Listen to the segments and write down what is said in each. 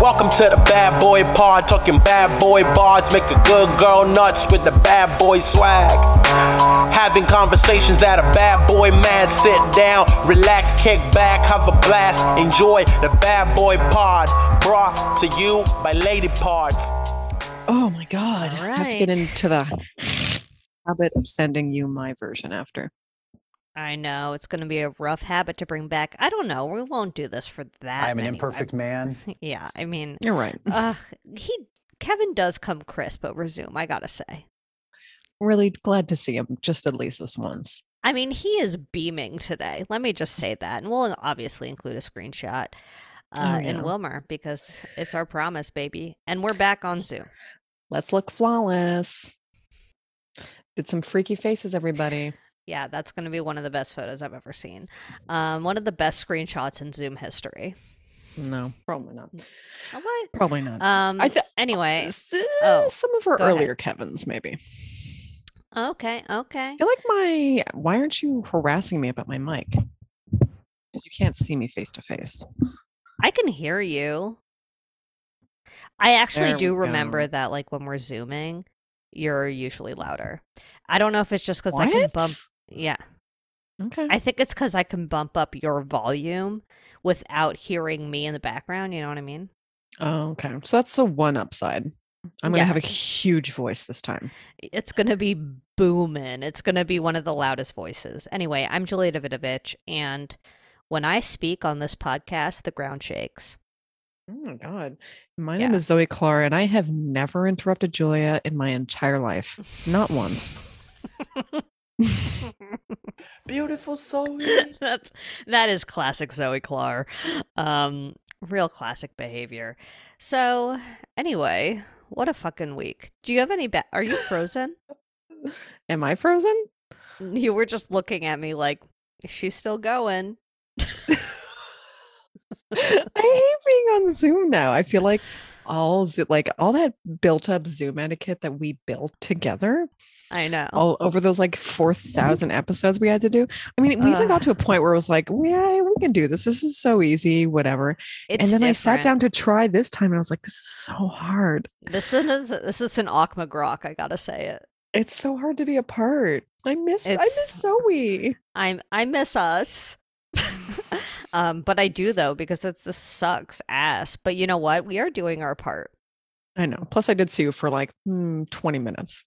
Welcome to the bad boy pod, talking bad boy bards, make a good girl nuts with the bad boy swag. Having conversations that a bad boy mad, sit down, relax, kick back, have a blast, enjoy the bad boy pod, brought to you by Lady Parts. Oh my god. I have to get right. into the habit of sending you my version after. I know it's going to be a rough habit to bring back. I don't know. We won't do this for that. I am an many- imperfect man. Yeah, I mean, You're right. uh, he Kevin does come crisp over Zoom. I gotta say. Really glad to see him just at least this once. I mean, he is beaming today. Let me just say that, and we'll obviously include a screenshot yeah. uh, in Wilmer because it's our promise, baby. And we're back on Zoom. Let's look flawless. Did some freaky faces, everybody. Yeah, that's going to be one of the best photos I've ever seen. Um, one of the best screenshots in Zoom history. No, probably not. Oh, What? Probably not. Um, th- anyway, S- eh, oh, some of our go ahead. earlier Kevins, maybe. okay, okay. I feel like my. Why aren't you harassing me about my mic? Because you can't see me face to face. I can hear you. I actually There we do go. remember that, like when we're zooming, you're usually louder. I don't know if it's just because I can bump. Yeah, Okay. I think it's because I can bump up your volume without hearing me in the background. You know what I mean? oh, okay. So that's the one upside. I'm gonna Yeah. have a huge voice this time. It's gonna be booming. It's gonna be one of the loudest voices. Anyway, I'm Julia Davidovich, and when I speak on this podcast, the ground shakes. Oh my God. My name Yeah. is Zoe Clark, and I have never interrupted Julia in my entire life. Not once. Beautiful soul. That's that is classic Zoe Clar. Um, real classic behavior. So anyway, what a fucking week. Do you have any? Ba- Are you frozen? Am I frozen? you were just looking at me like she's still going. I hate being on Zoom now. I feel like all Zo- like all that built up Zoom etiquette that we built together I know. all over those like 4,000 episodes we had to do. I mean, we even Ugh. got to a point where it was like, yeah, we can do this. This is so easy, whatever. it's and then I sat different. down to try this time and I was like, this is so hard. This is this is an Achmagrok. I gotta say it. It's so hard to be apart. I miss I miss It's- Zoe. I'm I miss us. um, but I do though because it's this sucks ass. But you know what? We are doing our part. I know. Plus, I did see you for like hmm, 20 minutes.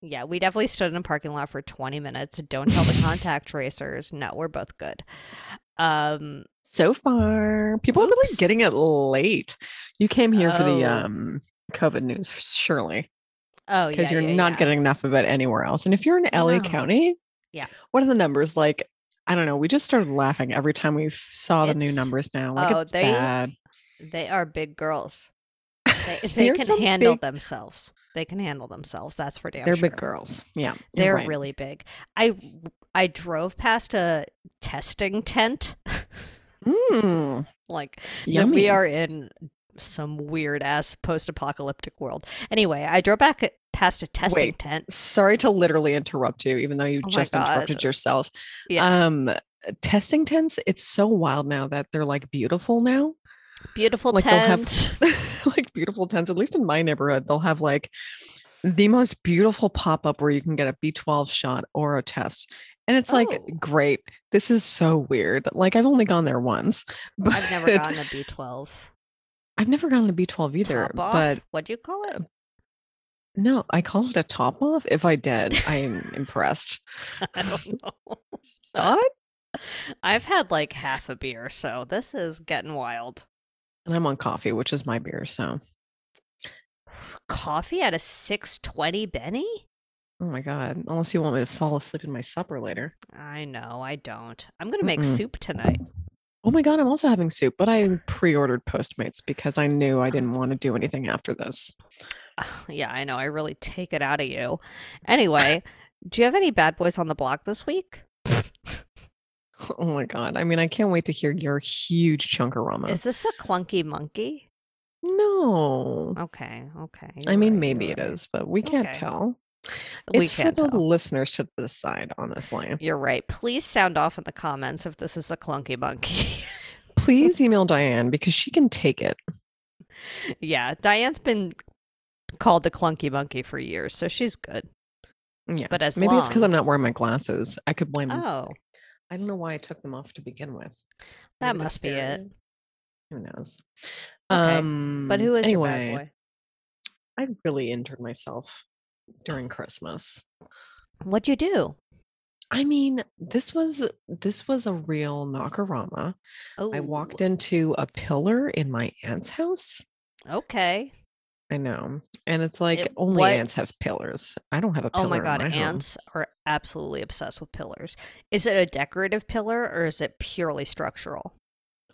Yeah, we definitely stood in a parking lot for 20 minutes. Don't tell the contact tracers. No, we're both good. Um, So far, people are really Oops. getting it late. You came here for the Oh. um, COVID news, surely, oh, yeah. because you're yeah, not yeah. getting enough of it anywhere else. And if you're in LA No. County, Yeah. what are the numbers like? I don't know. We just started laughing every time we f- saw the new It's- numbers now. Like oh, it's they- bad. They are big girls. They, they They're can some handle big- themselves. They can handle themselves. That's for damn They're sure. big girls. Yeah, you're They're right. really big. I I drove past a testing tent. Mm, like that yummy. we are in some weird ass post-apocalyptic world. Anyway, I drove back past a testing Wait. tent. Sorry to literally interrupt you, even though you Oh my just interrupted God. yourself. Yeah. Um, testing tents. It's so wild now that they're like beautiful now. Beautiful like tent. they'll have like beautiful tents. At least in my neighborhood, they'll have like the most beautiful pop up where you can get a B12 shot or a test. And it's like, Oh. great. This is so weird. Like I've only gone there once, but I've never gotten a B12. I've never gotten a B12 either. Top off? But what do you call it? no, I called it a top off. If I did, I'm impressed. I don't know. Uh, Shot? I've had like half a beer, so this is getting wild. And I'm on coffee, which is my beer. So, Coffee at a 620 Benny? oh my God. Unless you want me to fall asleep in my supper later. I know, I don't. I'm going to make Mm-mm. soup tonight. Oh my God, I'm also having soup, but I pre ordered Postmates because I knew I didn't want to do anything after this. Yeah, I know. I really take it out of you. Anyway, do you have any bad boys on the block this week? Oh my God. I mean, I can't wait to hear your huge chunkorama. Is this a clunky monkey? no. Okay, okay. I mean, maybe it is, but we can't Okay. tell. We it's can't for the tell. listeners to decide, honestly. You're right. Please sound off in the comments if this is a clunky monkey. Please email Diane because she can take it. yeah, Diane's been called the clunky monkey for years, so she's good. Yeah. But as Maybe it's because long- I'm not wearing my glasses. I could blame. Oh, I don't know why I took them off to begin with. That Maybe the must be it. stairs. Who knows? Okay. Um, but who is anyway? your bad I really injured myself during Christmas. boy? What'd you do? I mean, this was this was a real knockorama. Oh, I walked into a pillar in my aunt's house. Okay. I know, and it's like It- only what- ants have pillars. I don't have a pillar. oh my in god, home. ants are absolutely obsessed with pillars. Is it a decorative pillar or is it purely structural?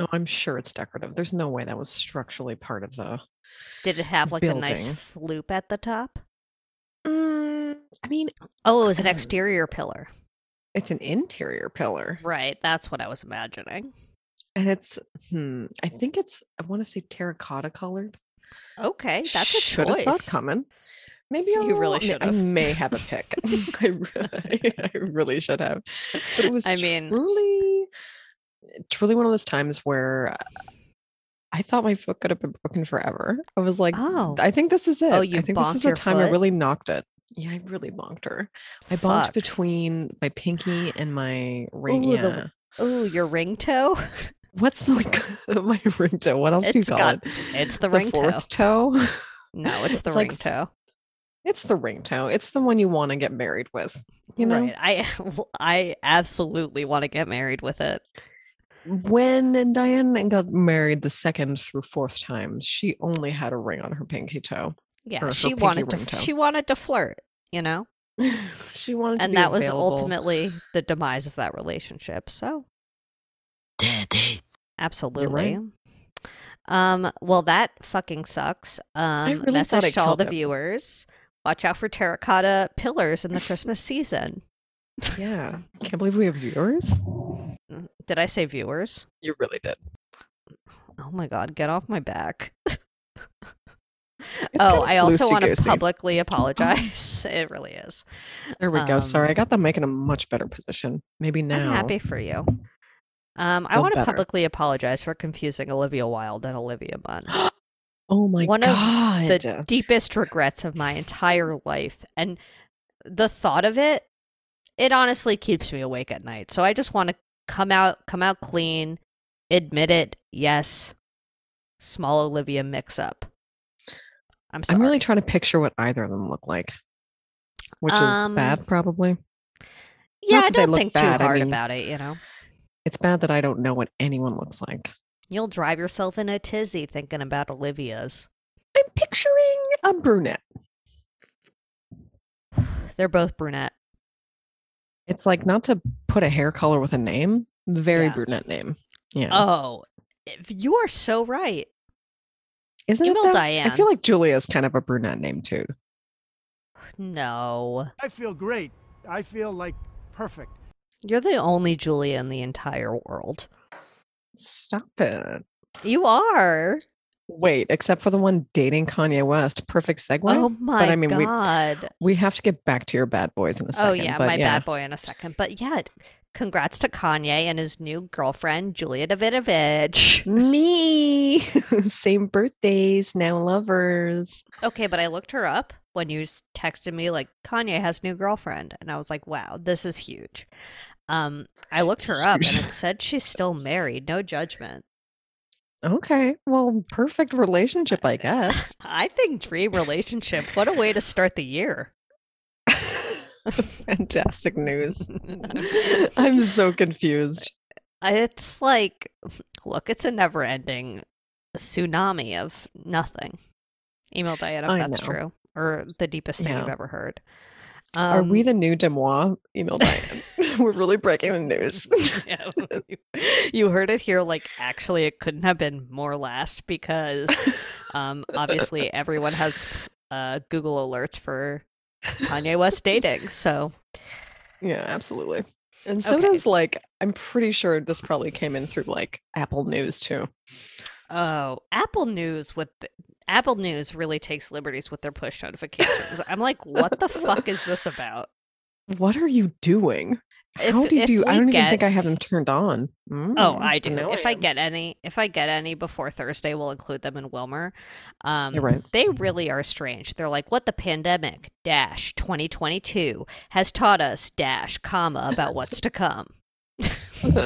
Oh, I'm sure it's decorative. There's no way that was structurally part of the. Did it have like a nice Building. floop at the top? Mm, I mean, Oh, it was an Um, exterior pillar. it's an interior pillar, Right, that's what I was imagining. and it's. Hmm, I think it's. I want to say terracotta colored. Okay, that's a should have choice. saw it coming. Maybe I'm You really wrong. should I have. may have a pick. I, re- I really should have. But it was. I mean- truly, truly one of those times where I thought my foot could have been broken forever. I was like, Oh. I think this is it. you I think this bonked is the your time I foot? really knocked it. Yeah, I really bonked her. I bonked Fuck. between my pinky and my ring. Ooh, the- yeah. Ooh, your ring toe? What's the my ring toe? What else do you It's call got- it? it's the ring toe. fourth toe. No, it's the It's ring like f- toe. It's the ring toe. It's the one you want to get married with. You know, Right. I I absolutely want to get married with it. when Diane got married the second through fourth time, she only had a ring on her pinky toe. Or Yeah, her she pinky wanted to ring toe. she wanted to flirt, you know? she wanted to And be that was available. ultimately the demise of that relationship. So, absolutely. Um well that fucking sucks. Um really thought I message to all killed the him. viewers. Watch out for terracotta pillars in the Christmas season. Yeah, can't believe we have viewers. Mm, Did I say viewers? You really did. Oh my god, get off my back. It's oh, kind of I also want to loosey-goosey. publicly apologize. it really is. There we go. Sorry, I um, got them making a much better position. Maybe now. I'm happy for you. Um, I Feel want to better. publicly apologize for confusing Olivia Wilde and Olivia Munn. Oh my One of god. the deepest regrets of my entire life, and the thought of it, it honestly keeps me awake at night. So I just want to come out, come out clean, admit it. Yes, small Olivia mix-up. I'm sorry. I'm really trying to picture what either of them look like, which Um, is bad, probably. yeah, not I that they don't look think bad, too I hard mean- about it. You know, It's bad that I don't know what anyone looks like. you'll drive yourself in a tizzy thinking about Olivia's. I'm picturing a brunette. They're both brunette. It's like not to put a hair color with a name, very Yeah. brunette name. Yeah. Oh, if- you are so right. Isn't it? Email though? Diane. I feel like Julia is kind of a brunette name too. no, I feel great. I feel like perfect. you're the only Julia in the entire world. Stop it. You are. Wait, except for the one dating Kanye West. Perfect segue. oh my I mean, we- god. We have to get back to your bad boys in a second. Oh yeah, but my bad boy in a second. But yeah, congrats to Kanye and his new girlfriend Julia Davidovich. Me. Same birthdays, now lovers. okay, but I looked her up when you s- texted me like Kanye has new girlfriend, and I was like, wow, this is huge. Um, I looked her up and it said she's still married. No judgment. Okay. Well, perfect relationship, I guess. I think dream relationship. What a way to start the year. Fantastic news. I'm so confused. It's like, look, it's a never ending tsunami of nothing. Email Diana I if that's know. true, or the deepest thing you've Yeah. ever heard. Are we Um, the new Demois? Email Diane. We're really breaking the news. yeah, you- you heard it here. Like, actually, it couldn't have been more last because um, obviously everyone has uh, Google alerts for Kanye West dating. So, yeah, absolutely. And so Okay. does like I'm pretty sure this probably came in through like Apple News too. Oh, Apple News with th- Apple News really takes liberties with their push notifications. I'm like, what the fuck is this about? What are you doing? If, How do if you? I we don't even get- think I have them turned on. Mm, Oh, I do. now if I am. get any, if I get any before Thursday, we'll include them in Wilmer. Um, You're right. Mm-hmm. They really are strange. They're like what the pandemic dash 2022 has taught us dash comma about what's to come.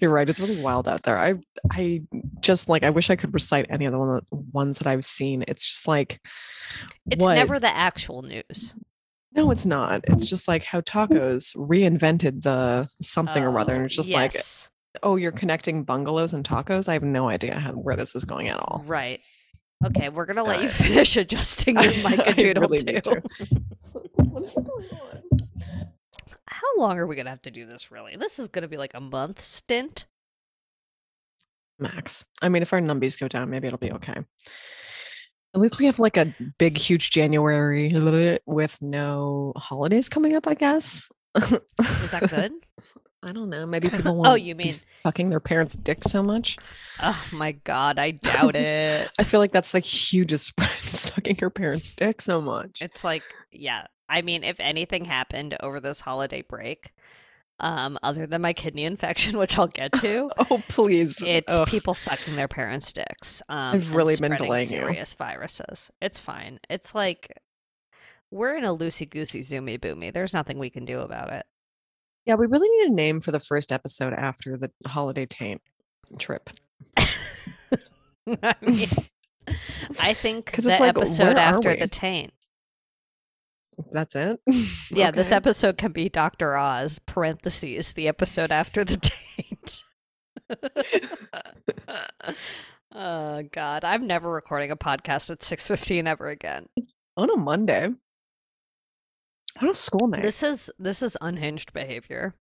You're right. It's really wild out there. I I just like I wish I could recite any of the one, ones that I've seen. It's just like It's What? never the actual news. no, it's not. Mm. It's just like how tacos reinvented the something or other, and Oh, it's just like yes. oh, you're connecting bungalows and tacos. I have no idea how, where this is going at all. right. Okay, we're gonna let you Alright. finish adjusting your mic I a doodle really too. need to. What is going on? How long are we gonna have to do this? Really, this is gonna be like a month stint. Max. I mean, if our numbies go down, maybe it'll be okay. At least we have like a big, huge January with no holidays coming up. I guess. Is that good? I don't know. Maybe people oh, won't you be mean? fucking their parents' dick so much. Oh my god, I doubt it. I feel like that's the hugest spread, sucking your parents' dick so much. It's like, yeah. I mean, if anything happened over this holiday break, um, other than my kidney infection, which I'll get to, oh please! it's Ugh. people sucking their parents' dicks. Um, I've and really been spreading delaying you. serious viruses. It's fine. It's like we're in a loosey goosey zoomy boomy. There's nothing we can do about it. yeah. We really need a name for the first episode after the holiday taint trip. I mean, I think 'Cause it's the like, episode where are after we? the taint. That's it. Yeah, this Okay. episode can be Dr. Oz, parentheses, the episode after the date. oh god, I'm never recording a podcast at 6:15 ever again. on a Monday. What a school night. This is this is unhinged behavior.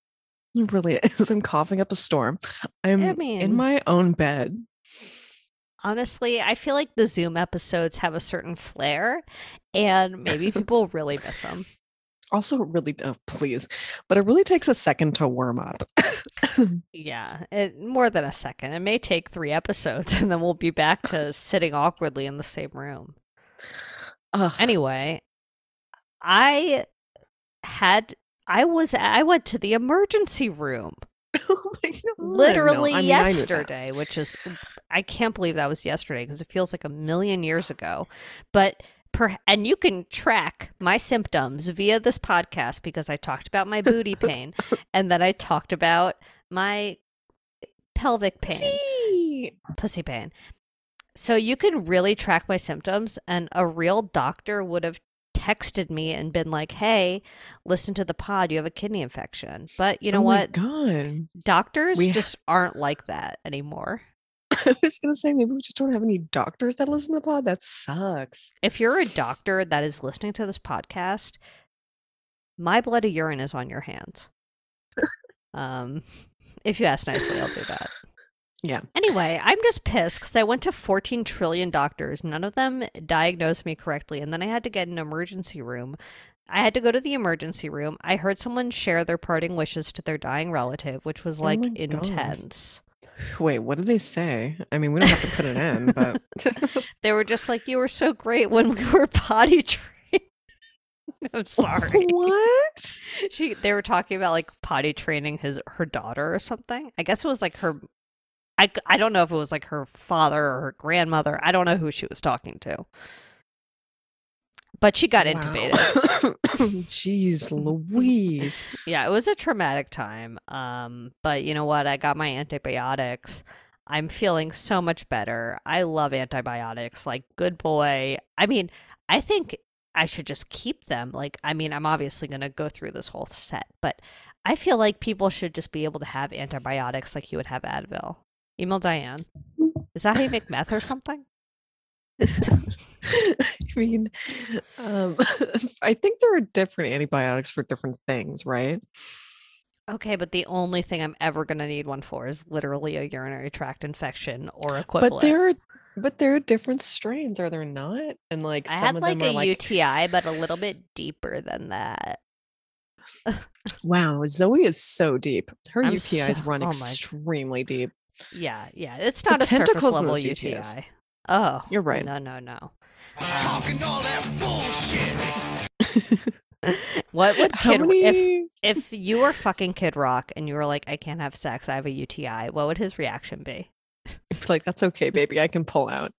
It really is. I'm coughing up a storm. I'm in mean- my own bed. Honestly, I feel like the Zoom episodes have a certain flair and maybe people really miss them. Also, it really, oh, please, but it really takes a second to warm up. Yeah, it, more than a second. It may take 3 episodes and then we'll be back to sitting awkwardly in the same room. Ugh. anyway i had i was i went to the emergency room Oh my God. No, literally I mean, I knew that. yesterday which is i can't believe that was yesterday because it feels like a million years ago but per, and you can track my symptoms via this podcast because i talked about my booty pain and then i talked about my pelvic pain See? pussy pain. So you can really track my symptoms, and a real doctor would have texted me and been like, "Hey, listen to the pod. You have a kidney infection." But you know Oh my what? God. Doctors We ha- just aren't like that anymore. I was going to say, maybe we just don't have any doctors that listen to the pod. That sucks. If you're a doctor that is listening to this podcast, my bloody urine is on your hands. um, if you ask nicely, I'll do that. Yeah. Anyway, I'm just pissed because I went to 14 trillion doctors. None of them diagnosed me correctly. And then I had to get an emergency room. I had to go to the emergency room. I heard someone share their parting wishes to their dying relative, which was Oh like my God. intense. Wait, what did they say? I mean, we don't have to put it in, but They were just like, You were so great when we were potty trained. I'm sorry. what? she they were talking about like potty training his her daughter or something i guess it was like her I, c- I don't know if it was like her father or her grandmother i don't know who she was talking to but she got Wow. intubated Jeez Louise. yeah it was a traumatic time um but you know what i got my antibiotics i'm feeling so much better i love antibiotics like good boy i mean i think i should just keep them like i mean i'm obviously going to go through this whole set but i feel like people should just be able to have antibiotics like you would have advil email diane is that how you make meth or something I mean, um, I think there are different antibiotics for different things, right? okay but the only thing i'm ever going to need one for is literally a urinary tract infection or equivalent But there are, but there are different strains, are there not? And like I some had of like them a are like, UTI, but a little bit deeper than that. wow, Zoe is so deep. Her I'm UTIs so- run oh my- extremely deep. Yeah, yeah. It's The not a surface tentacles in level those UTI. UTIs. Oh, You're right. No, no, no. all that bullshit. What would How Kid if many? if you were fucking Kid Rock and you were like, I can't have sex, I have a UTI, what would his reaction be? It's like that's okay, baby. I can pull out.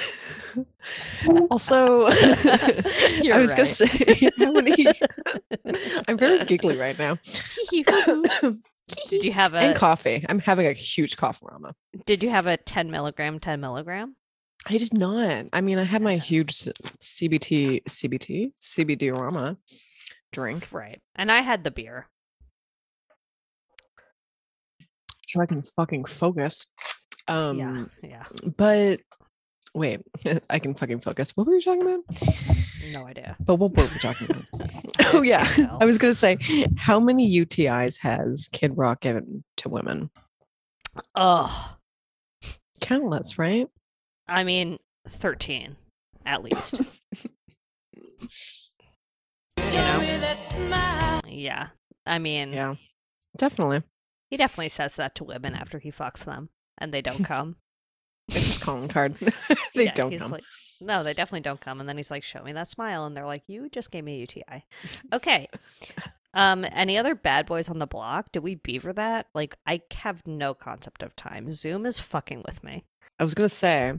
also, I You're was gonna right. say how many. I'm very giggly right now. Did you have and a coffee. I'm having a huge cough rama. did you have a ten milligram, ten milligram? I did not. I mean, I had my huge c- CBT, CBT, CBD rama drink, Right. And I had the beer. so I can fucking focus. Um, yeah. Yeah. but wait, I can fucking focus. What were you talking about? No idea. But what were we talking about? oh yeah, fucking know. I was gonna say, how many UTIs has Kid Rock given to women? Ugh. Countless, right? I mean thirteen at least. you know? Yeah. I mean Yeah, definitely. he definitely says that to women after he fucks them and they don't come. It's his calling card. they Yeah, don't he's come. like, no, they definitely don't come. And then he's like, "Show me that smile," and they're like, "You just gave me a UTI." Okay. um, any other bad boys on the block? Did we beaver that? Like, I have no concept of time. Zoom is fucking with me. I was gonna say,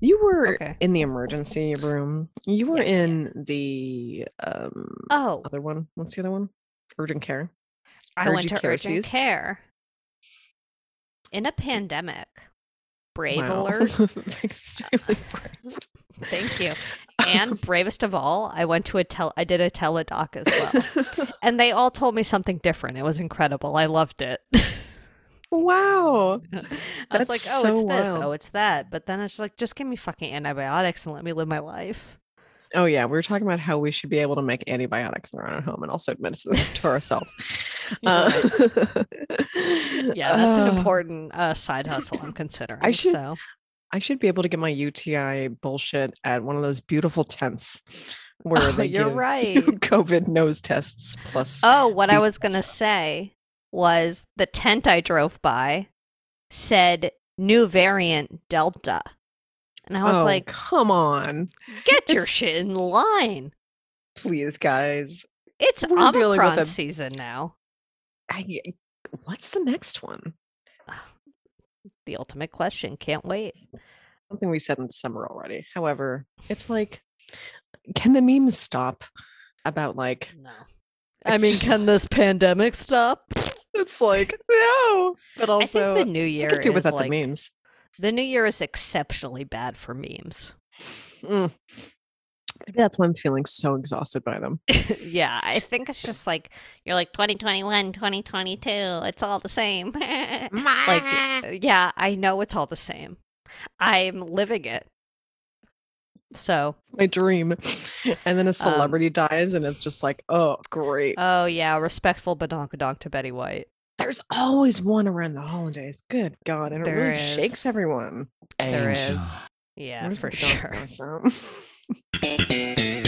you were Okay. in the emergency room. You were Yeah, yeah. in the um Oh, other one. What's the other one? Urgent care. I went to urgent care urgent sees? care in a pandemic. Brave Wow. alert! Extremely brave. Thank you. And bravest of all, I went to a tel. I did a teledoc as well, and they all told me something different. It was incredible. I loved it. wow. I was That's like, oh, so it's this, wild. oh, it's that. But then it's like, just give me fucking antibiotics and let me live my life. Oh yeah, we were talking about how we should be able to make antibiotics in our own home and also administer them to ourselves. Uh, Yeah, that's uh, an important uh, side hustle I'm considering. should- So I should be able to get my UTI bullshit at one of those beautiful tents where Oh, they you're give you right. COVID nose tests plus. Oh, what I Be- was gonna say was the tent I drove by said new variant Delta. And I was Oh, like, come on, get your it's- shit in line. please, guys. It's We're dealing with Omicron a- season now. I, what's the next one? The ultimate question. Can't wait. Something we said in December already. However, it's like, can the memes stop about like? No. I mean, It's- can this pandemic stop? It's like no, but also I think the new year I could do is without like the memes. The new year is exceptionally bad for memes. Mm. Maybe that's why I'm feeling so exhausted by them. yeah, I think it's just like you're like 2021, 2022, it's all the same. like yeah, I know it's all the same. I'm living it. So, My dream. And then a Um, celebrity dies, and it's just like, oh, great. oh yeah, respectful badonkadonk to Betty White. There's always one around the holidays. Good God. And it There really is. shakes everyone. There Angel. is. Yeah, Where's for the dog sure. come from?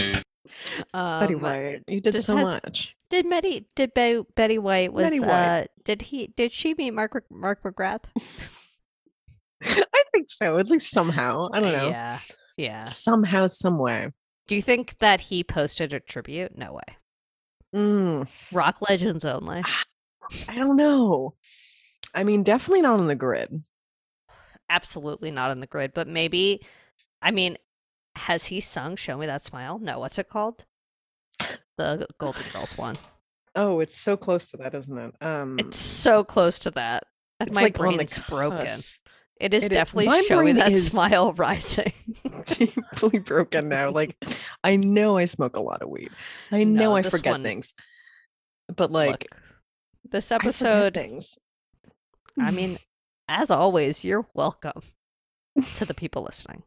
Betty Um, White, you did this so has- much. Did Betty did Be- Betty White was Betty White. uh did he did she meet Mark Mc- Mark McGrath? I think so, at least somehow. I don't know. Yeah. Yeah. Somehow, some way. Do you think that he posted a tribute? No way. Mm, Rock legends only. I don't know. I mean, definitely not on the grid. Absolutely not on the grid, but maybe I mean, has he sung Show Me That Smile? No, what's it called? The Golden Girls one. Oh, it's so close to that, isn't it? Um, It's so close to that. And it's my like on the brain's broken. cusp. It is It is- definitely my Show Me brain That is- Smile rising. fully broken now. Like, I know I smoke a lot of weed. I know No, I this forget one- things. But like Look, this I forget episode things. I mean, as always, you're welcome to the people listening.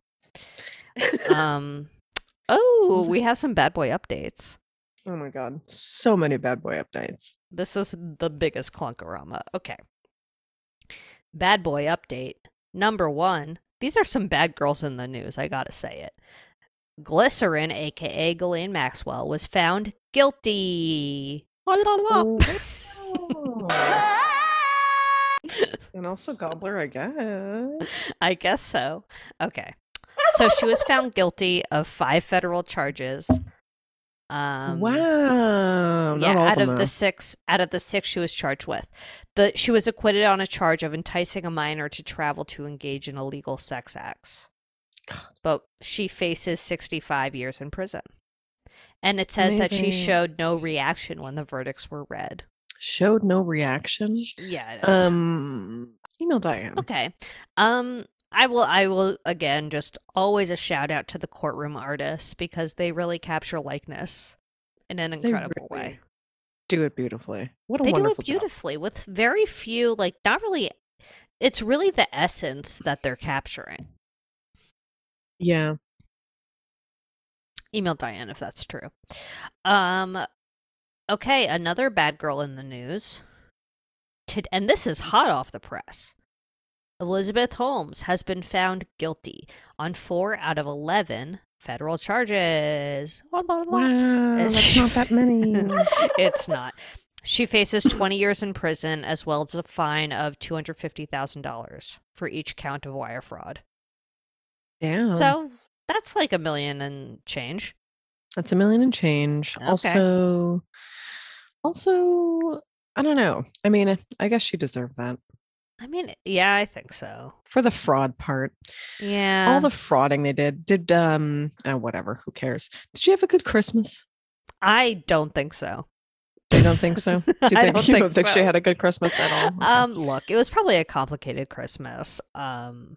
Um, oh, was we have some bad boy updates. oh my god, so many bad boy updates. This is the biggest clunkorama. Okay. Bad boy update number one. These are some bad girls in the news. I gotta say it. Glycerin, aka Ghislaine Maxwell, was found guilty. La, la, la. Oh, and also gobbler, I guess. I guess so. Okay. So she was found guilty of five federal charges Um, wow. yeah, Oh, not all out of, of the six, out of the six she was charged with, the she was acquitted on a charge of enticing a minor to travel to engage in illegal sex acts. But she faces sixty-five years in prison, and it says that she Amazing. showed no reaction when the verdicts were read. showed no reaction. Yeah, it is. Um, email Diane. Okay. Um I will I will again just always a shout out to the courtroom artists because they really capture likeness in an They incredible really way. Do it beautifully. What a They do wonderful it beautifully with very few like not really it's really the essence that they're capturing. Job. Yeah. Email Diane if that's true. Um okay, another bad girl in the news. Tid- And this is hot off the press. Elizabeth Holmes has been found guilty on 4 out of 11 federal charges. Blah, blah, blah. Wow. Is That's she- not that many. it's not. She faces 20 years in prison as well as a fine of $250,000 for each count of wire fraud. Damn. So that's like a million and change. That's a million and change. Okay. Also, also, I don't know. I mean, I guess she deserved that I mean, yeah, I think so. for the fraud part. Yeah. All the frauding they did. Did um, oh, whatever. Who cares? Did she have a good Christmas? I don't think so. I don't think so. Do you I think, don't you think don't think she so. had a good Christmas at all? Okay. Um, look, it was probably a complicated Christmas. Um,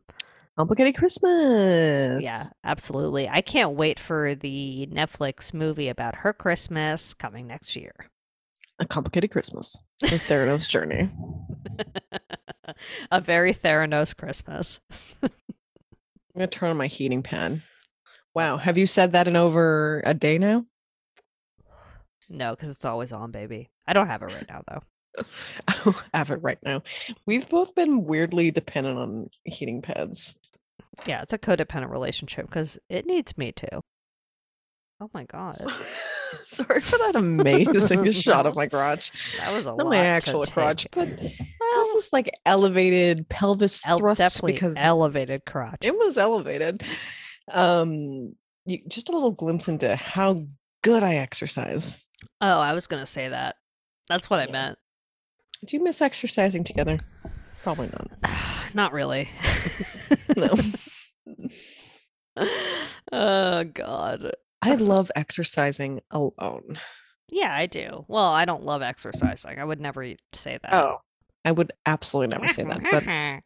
Complicated Christmas. yeah, absolutely. I can't wait for the Netflix movie about her Christmas coming next year. A complicated Christmas. The Theranos journey. a very Theranos Christmas. I'm gonna turn on my heating pad. Wow, have you said that in over a day now? No, because it's always on, baby. I don't have it right now though. I don't have it right now. We've both been weirdly dependent on heating pads. Yeah, it's a codependent relationship because it needs me too. Oh my god, So- Sorry for that amazing shot of my crotch. that was a Not lot. my to actual take crotch, in. but this well, is like elevated pelvis el- thrust definitely because elevated crotch. it was elevated. Um, you, just a little glimpse into how good I exercise. oh, I was gonna say that. That's what I Yeah. meant. Do you miss exercising together? Probably not. Not really. No. oh god. I love exercising alone. Yeah, I do. Well, I don't love exercising. I would never y- say that. Oh, I would absolutely never say that. But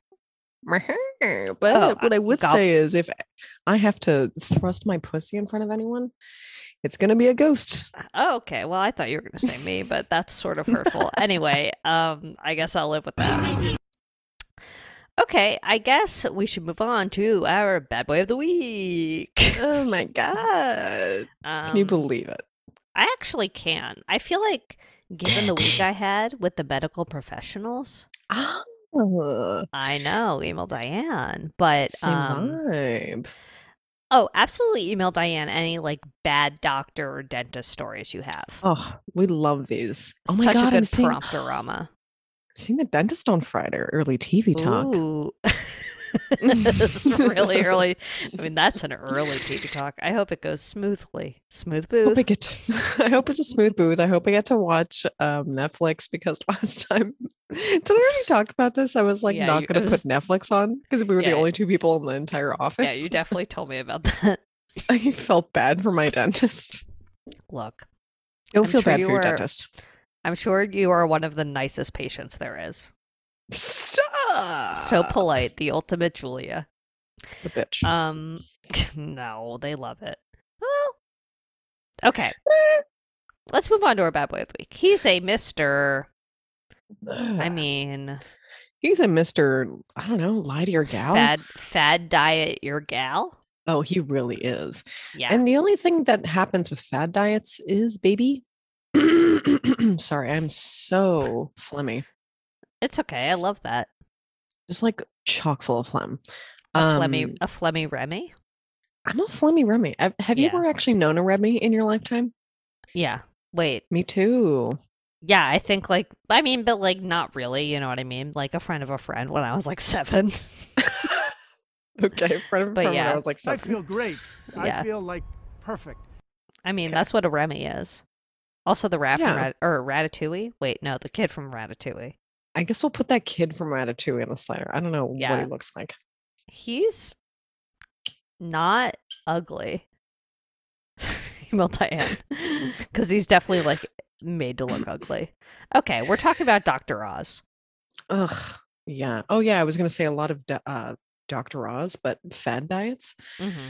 but Oh, what I would gulp. say is, if I have to thrust my pussy in front of anyone, it's gonna be a ghost. Oh, okay. Well, I thought you were going to say me, but that's sort of hurtful. anyway, um, I guess I'll live with that. Okay, I guess we should move on to our bad boy of the week. Oh my god! Um, Can you believe it? I actually can. I feel like, given the week I had with the medical professionals, Ah, I know email Diane, but same um, vibe. oh, absolutely email Diane any like bad doctor or dentist stories you have. Oh, we love these. Oh my Such god! a good I'm seeing, promptorama. seeing the dentist on Friday. Early TV talk. Ooh. It's really early. I mean, that's an early TV talk. I hope it goes smoothly. Smooth I hope, I, booth. get to- I hope it's a smooth booth. I hope I get to watch um, Netflix because last time, did I already talk about this? I was like Yeah, you- not it going to was- put Netflix on because we were Yeah. the only two people in the entire office. Yeah, you definitely told me about that. I felt bad for my dentist. Look, Don't I'm feel sure bad you for your were- dentist. I'm sure you are one of the nicest patients there is. Stop. So polite, the ultimate Julia. The bitch. Um, no, they love it. Well, okay. Let's move on to our bad boy of the week. He's a Mister. I Ugh. mean, he's a Mister. I don't know. Lie to your gal. fad fad diet your gal. Oh, he really is. Yeah. And the only thing that happens with fad diets is baby. Sorry, I'm so phlegmy. It's okay. I love that. just like chock full of phlegm. A Um, Flemmy, a Flemmy Remy. I'm a phlegmy Remy. I've, have you Yeah. ever actually known a Remy in your lifetime? Yeah. Wait. Me too. Yeah, I think like I mean, but like not really. You know what I mean? Like a friend of a friend when I was like seven. Okay, in front of But but yeah. yeah. I was like, I seven. feel great. Yeah. I feel like perfect. I mean, Okay. that's what a Remy is. Also, the rat from Yeah. Rat- or Ratatouille. Wait, no, the kid from Ratatouille. I guess we'll put that kid from Ratatouille on the slider. I don't know what Yeah. he looks like. He's not ugly. Email Diane because he's definitely like made to look ugly. Okay, we're talking about Doctor Oz. Ugh. Yeah. Oh yeah. I was gonna say a lot of di- uh, Dr. Oz, but fad diets. Mm-hmm.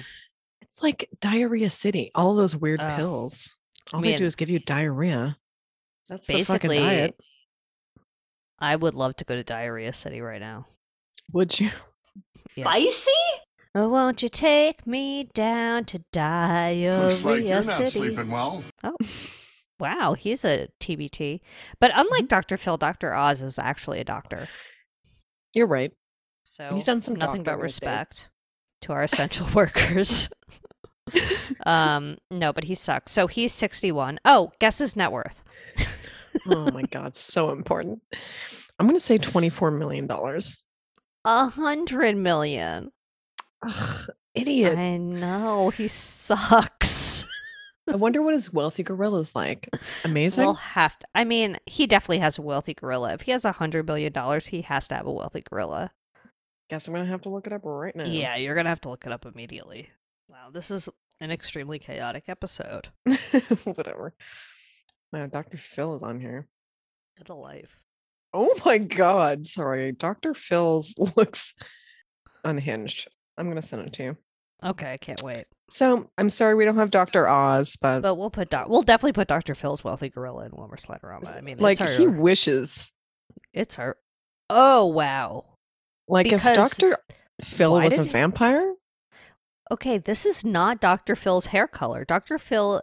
It's like diarrhea city. All those weird Ugh. pills. I All they do mean, is give you diarrhea. That's the fucking Basically, diet. I would love to go to Diarrhea City right now. Would you? Yeah. Spicy? Oh, won't you take me down to Diarrhea Mm, Looks like you're not City? Oh, sleeping well. Wow, he's a TBT. But Mm-hmm. unlike Dr. Phil, Dr. Oz is actually a doctor. You're right. So He's done some nothing doctor but these days. respect to our essential workers. um, no, but he sucks. So he's 61. Oh, guess his net worth. Oh my god, so important. I'm gonna say 24 million dollars. A hundred million. Ugh, idiot. I know he sucks. I wonder what his wealthy gorilla's like. Amazing. We'll have to. I mean, he definitely has a wealthy gorilla. If he has a hundred billion dollars, he has to have a wealthy gorilla. Guess I'm gonna have to look it up right now. Yeah, you're gonna have to look it up immediately. Wow, this is an extremely chaotic episode. Whatever. Wow, Dr. Phil is on here. Good life. Oh my god. Sorry. Dr. Phil's looks unhinged. I'm gonna send it to you. Okay, I can't wait. So I'm sorry we don't have Dr. Oz, but, But we'll put doc- we'll definitely put Dr. Phil's wealthy gorilla in Wilmer Sliderama. I mean, like it's our, he wishes. it's our. Oh wow. Like Because- if Dr. Phil why was a did he- vampire, Okay, this is not Dr. Phil's hair color. Dr. Phil's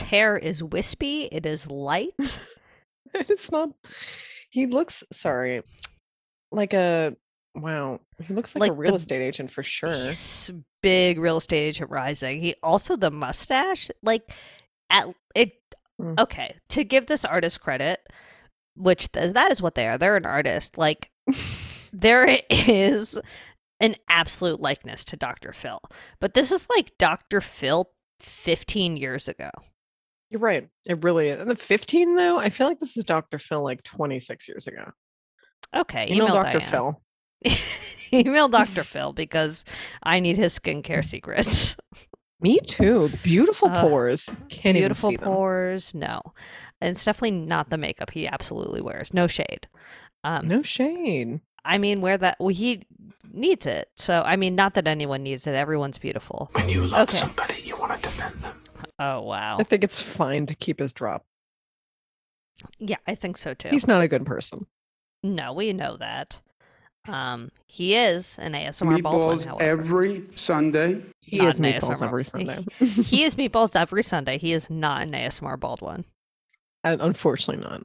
hair is wispy. It is light. it's not he looks sorry. Like a wow. He looks like, Like a the- real estate agent for sure. He's big real estate agent rising. He also the mustache, like at it. Mm. Okay, to give this artist credit, which th- that is what they are. They're an artist. Like there is an absolute likeness to Dr. Phil, but this is like Dr. Phil 15 years ago. You're right. It really is. And the 15 though, I feel like this is Dr. Phil like 26 years ago. Okay, You know email Dr. Diana. Phil. email Dr. Phil because I need his skincare secrets. Me too. Beautiful Uh, pores. Can't beautiful even see them. pores no and it's definitely not the makeup he absolutely wears no shade um No shade. i mean where that well, he needs it so i mean not that anyone needs it everyone's beautiful When you love Okay. somebody, you want to defend them. oh wow I think it's fine to keep his drop. yeah i think so too He's not a good person. no we know that um he is an asmr meatballs Baldwin, however. every Sunday. He Not is an meatballs ASMR. every Sunday. he is meatballs every sunday he is not an asmr baldwin And Unfortunately not.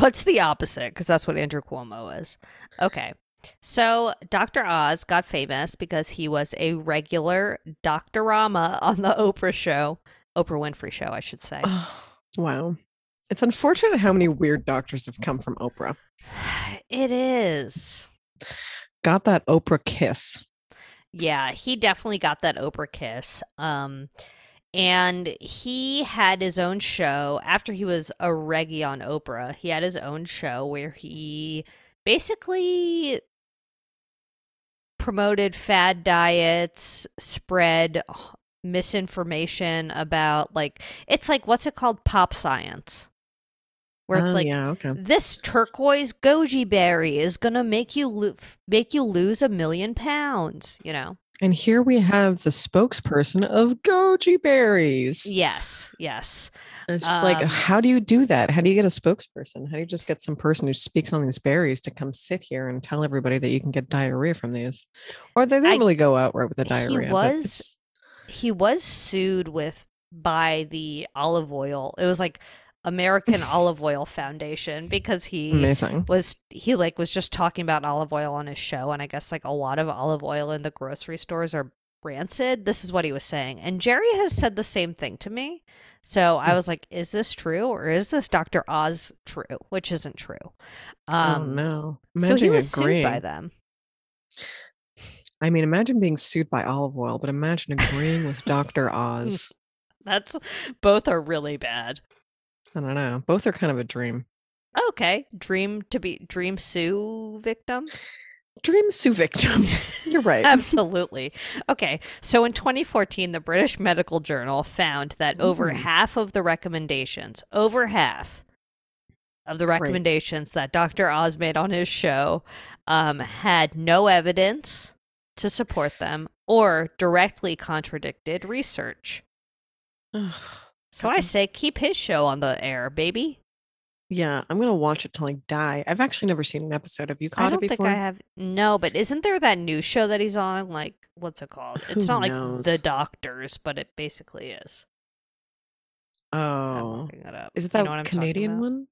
What's the opposite? Because that's what Andrew Cuomo is. Okay. So Dr. Oz got famous because he was a regular doctorama on the Oprah show, Oprah Winfrey show, I should Oh. say. wow. It's unfortunate how many weird doctors have come from Oprah. it is. Got that Oprah kiss. Yeah, he definitely got that Oprah kiss. Um and he had his own show after he was a reggie on Oprah. He had his own show where he basically promoted fad diets, spread h- misinformation about like it's like what's it called pop science. Where it's Oh, like yeah, okay. this turquoise goji berry is gonna make you lo- f- make you lose a million pounds. You know. And here we have the spokesperson of Goji Berries. Yes. Yes. And It's just like, Um, how do you do that? How do you get a spokesperson? How do you just get some person who speaks on these berries to come sit here and tell everybody that you can get diarrhea from these? Or they didn't I- really go outright with the he diarrhea. but was- it's- He was sued with by the olive oil. It was like American Olive Oil Foundation because he amazing. was he like was just talking about olive oil on his show and i guess like a lot of olive oil in the grocery stores are rancid this is what he was saying and jerry has said the same thing to me so i was like is this true or is this dr oz true which isn't true um oh no! so he Imagine was sued by agreeing. them I mean, imagine being sued by olive oil, but imagine agreeing with Doctor Oz. That's both are really bad. I don't know. Both are kind of a dream. Okay, dream to be dream Sue victim. Dream Sue victim. You're right. Um, Absolutely. Okay. So in 2014, the British Medical Journal found that over Ooh. half of the recommendations, over half of the recommendations that Dr. Oz made on his show um, had no evidence to support them or directly contradicted research. Ugh. So I Uh-uh. say keep his show on the air, baby. yeah, I'm gonna watch it till I die. I've actually never seen an episode. Have you caught I don't it think before? I have. No, but isn't there that new show that he's on? Like, what's it called? It's Who not like knows? The Doctors, but it basically is. I'm Oh, looking it up. is it You that know what I'm talking Canadian about? one?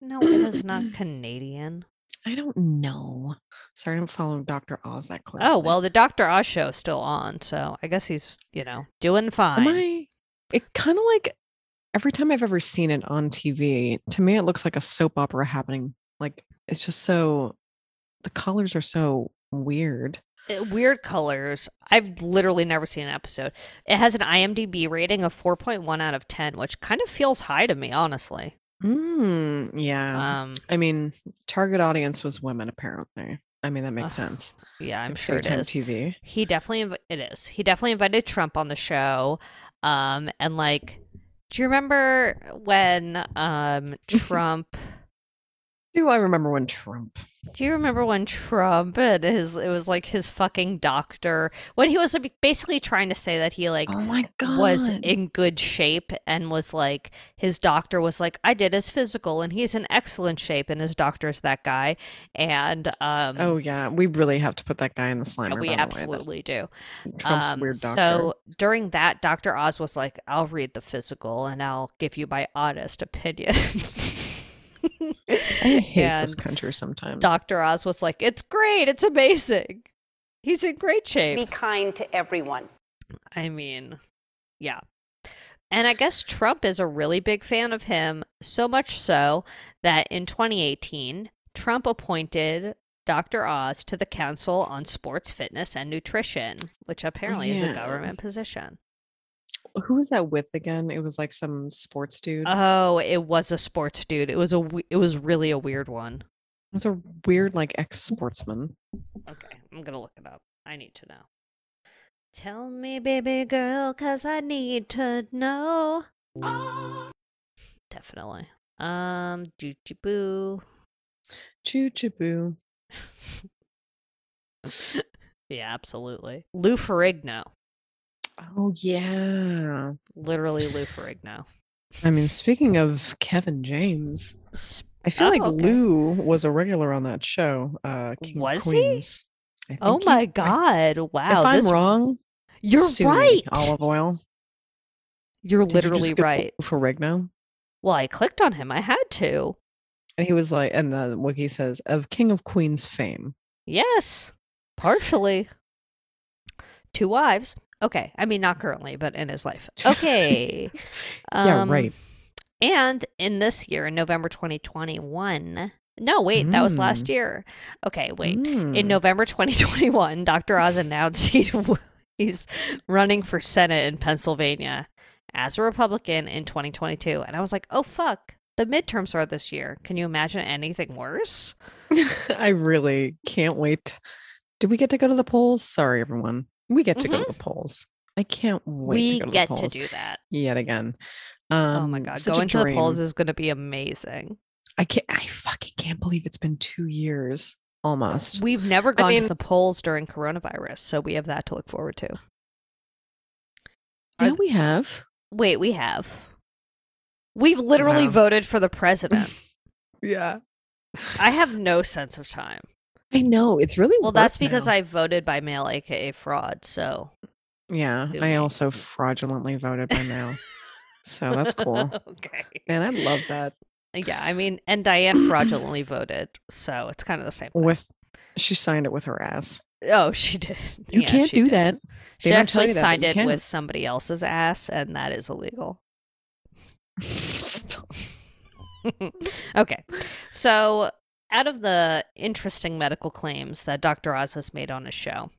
No, it is not Canadian. I don't know. Sorry, I don't follow Doctor Oz that closely. Oh well, the Doctor Oz show is still on, so I guess he's you know doing fine. am I? It kind of like every time I've ever seen it on TV, to me it looks like a soap opera happening. Like it's just so the colors are so weird. Uh, Weird colors. I've literally never seen an episode. It has an IMDb rating of 4.1 out of 10, which kind of feels high to me, honestly. Mm, yeah. Um, I mean, target audience was women, apparently. I mean, that makes Ugh, sense. yeah, I'm It's sure it daytime is. TV. He definitely inv- it is. He definitely invited Trump on the show. Um, and like, do you remember when um Trump? Do I remember when Trump? Do you remember when Trump and his it was like his fucking doctor when he was like, basically trying to say that he like oh my god, was in good shape and was like his doctor was like I did his physical and he's in excellent shape and his doctor's that guy and um Oh yeah, we really have to put that guy in the slimer. Uh, we by the way, that absolutely do. Trump's Um, weird doctor. So during that, Dr. Oz was like, I'll read the physical and I'll give you my honest opinion. I I hate this country sometimes. Dr. Oz was like, It's great. It's amazing. He's in great shape. Be kind to everyone. I mean, yeah. And I guess Trump is a really big fan of him, so much so that in 2018, Trump appointed Dr. Oz to the Council on Sports, Fitness, and Nutrition, which apparently is a yeah. government position. Who was that with again? It was like some sports dude. Oh, it was a sports dude. It was a we- it was really a weird one. it was a weird like ex sportsman. Okay, I'm gonna look it up. I need to know. Tell me, baby girl, cause I need to know. Definitely. Um, joochie boo. Choo choo boo. yeah, absolutely. Lou Ferrigno. Oh yeah. Literally Lou Ferrigno. I mean, speaking of Kevin James, S- I feel Oh, like okay. Lou was a regular on that show. Uh, King of Was he? Queens. I Oh think he- my I- god. Wow. if this- I'm wrong, you're sue me, right. Olive oil. You're Did you just literally Google right. for Regno. Well, I clicked on him. I had to. And he was like, and the wiki says of King of Queens fame. Yes, partially. Two wives. Okay, I mean not currently, but in his life. Okay. yeah, Um, right. And in this year, in November 2021. No, wait, that was last Mm. year. Okay, wait. In Mm. November 2021, Dr. Oz announced he, he's running for Senate in Pennsylvania as a Republican in 2022. And I was like, oh, fuck. The midterms are this year. Can you imagine anything worse? I really can't wait. Do we get to go to the polls? Sorry, everyone. We get to go to the polls. I can't wait Mm-hmm. we to go to get the to polls do that. yet again. Um, oh my god, such a going to the polls dream. is going to be amazing. I can't. I fucking can't believe it's been two years almost. We've never gone to mean- the polls during coronavirus, so we have that to look forward to. yeah, we have. Wait, we have. We've literally Wow. voted for the president. Yeah, I have no sense of time. I know. It's really Well, that's because I voted by mail, aka fraud. So Yeah, Sue me. I also fraudulently voted by mail. so Oh, that's cool. okay. Man, I love that. Yeah, I mean, and Diane fraudulently voted, so it's kind of the same. Thing. With she signed it with her ass. oh, she did. You Yeah, can't she do did. that. They she don't tell actually you that, but signed you it can. with somebody else's ass, and that is illegal. okay. So, out of the interesting medical claims that Dr. Oz has made on his show,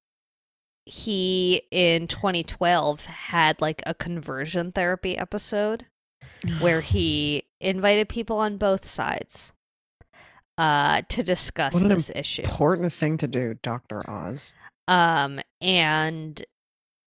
he in 2012 had like a conversion therapy episode where he invited people on both sides uh to discuss What an this issue Important thing to do, Dr. Oz. um and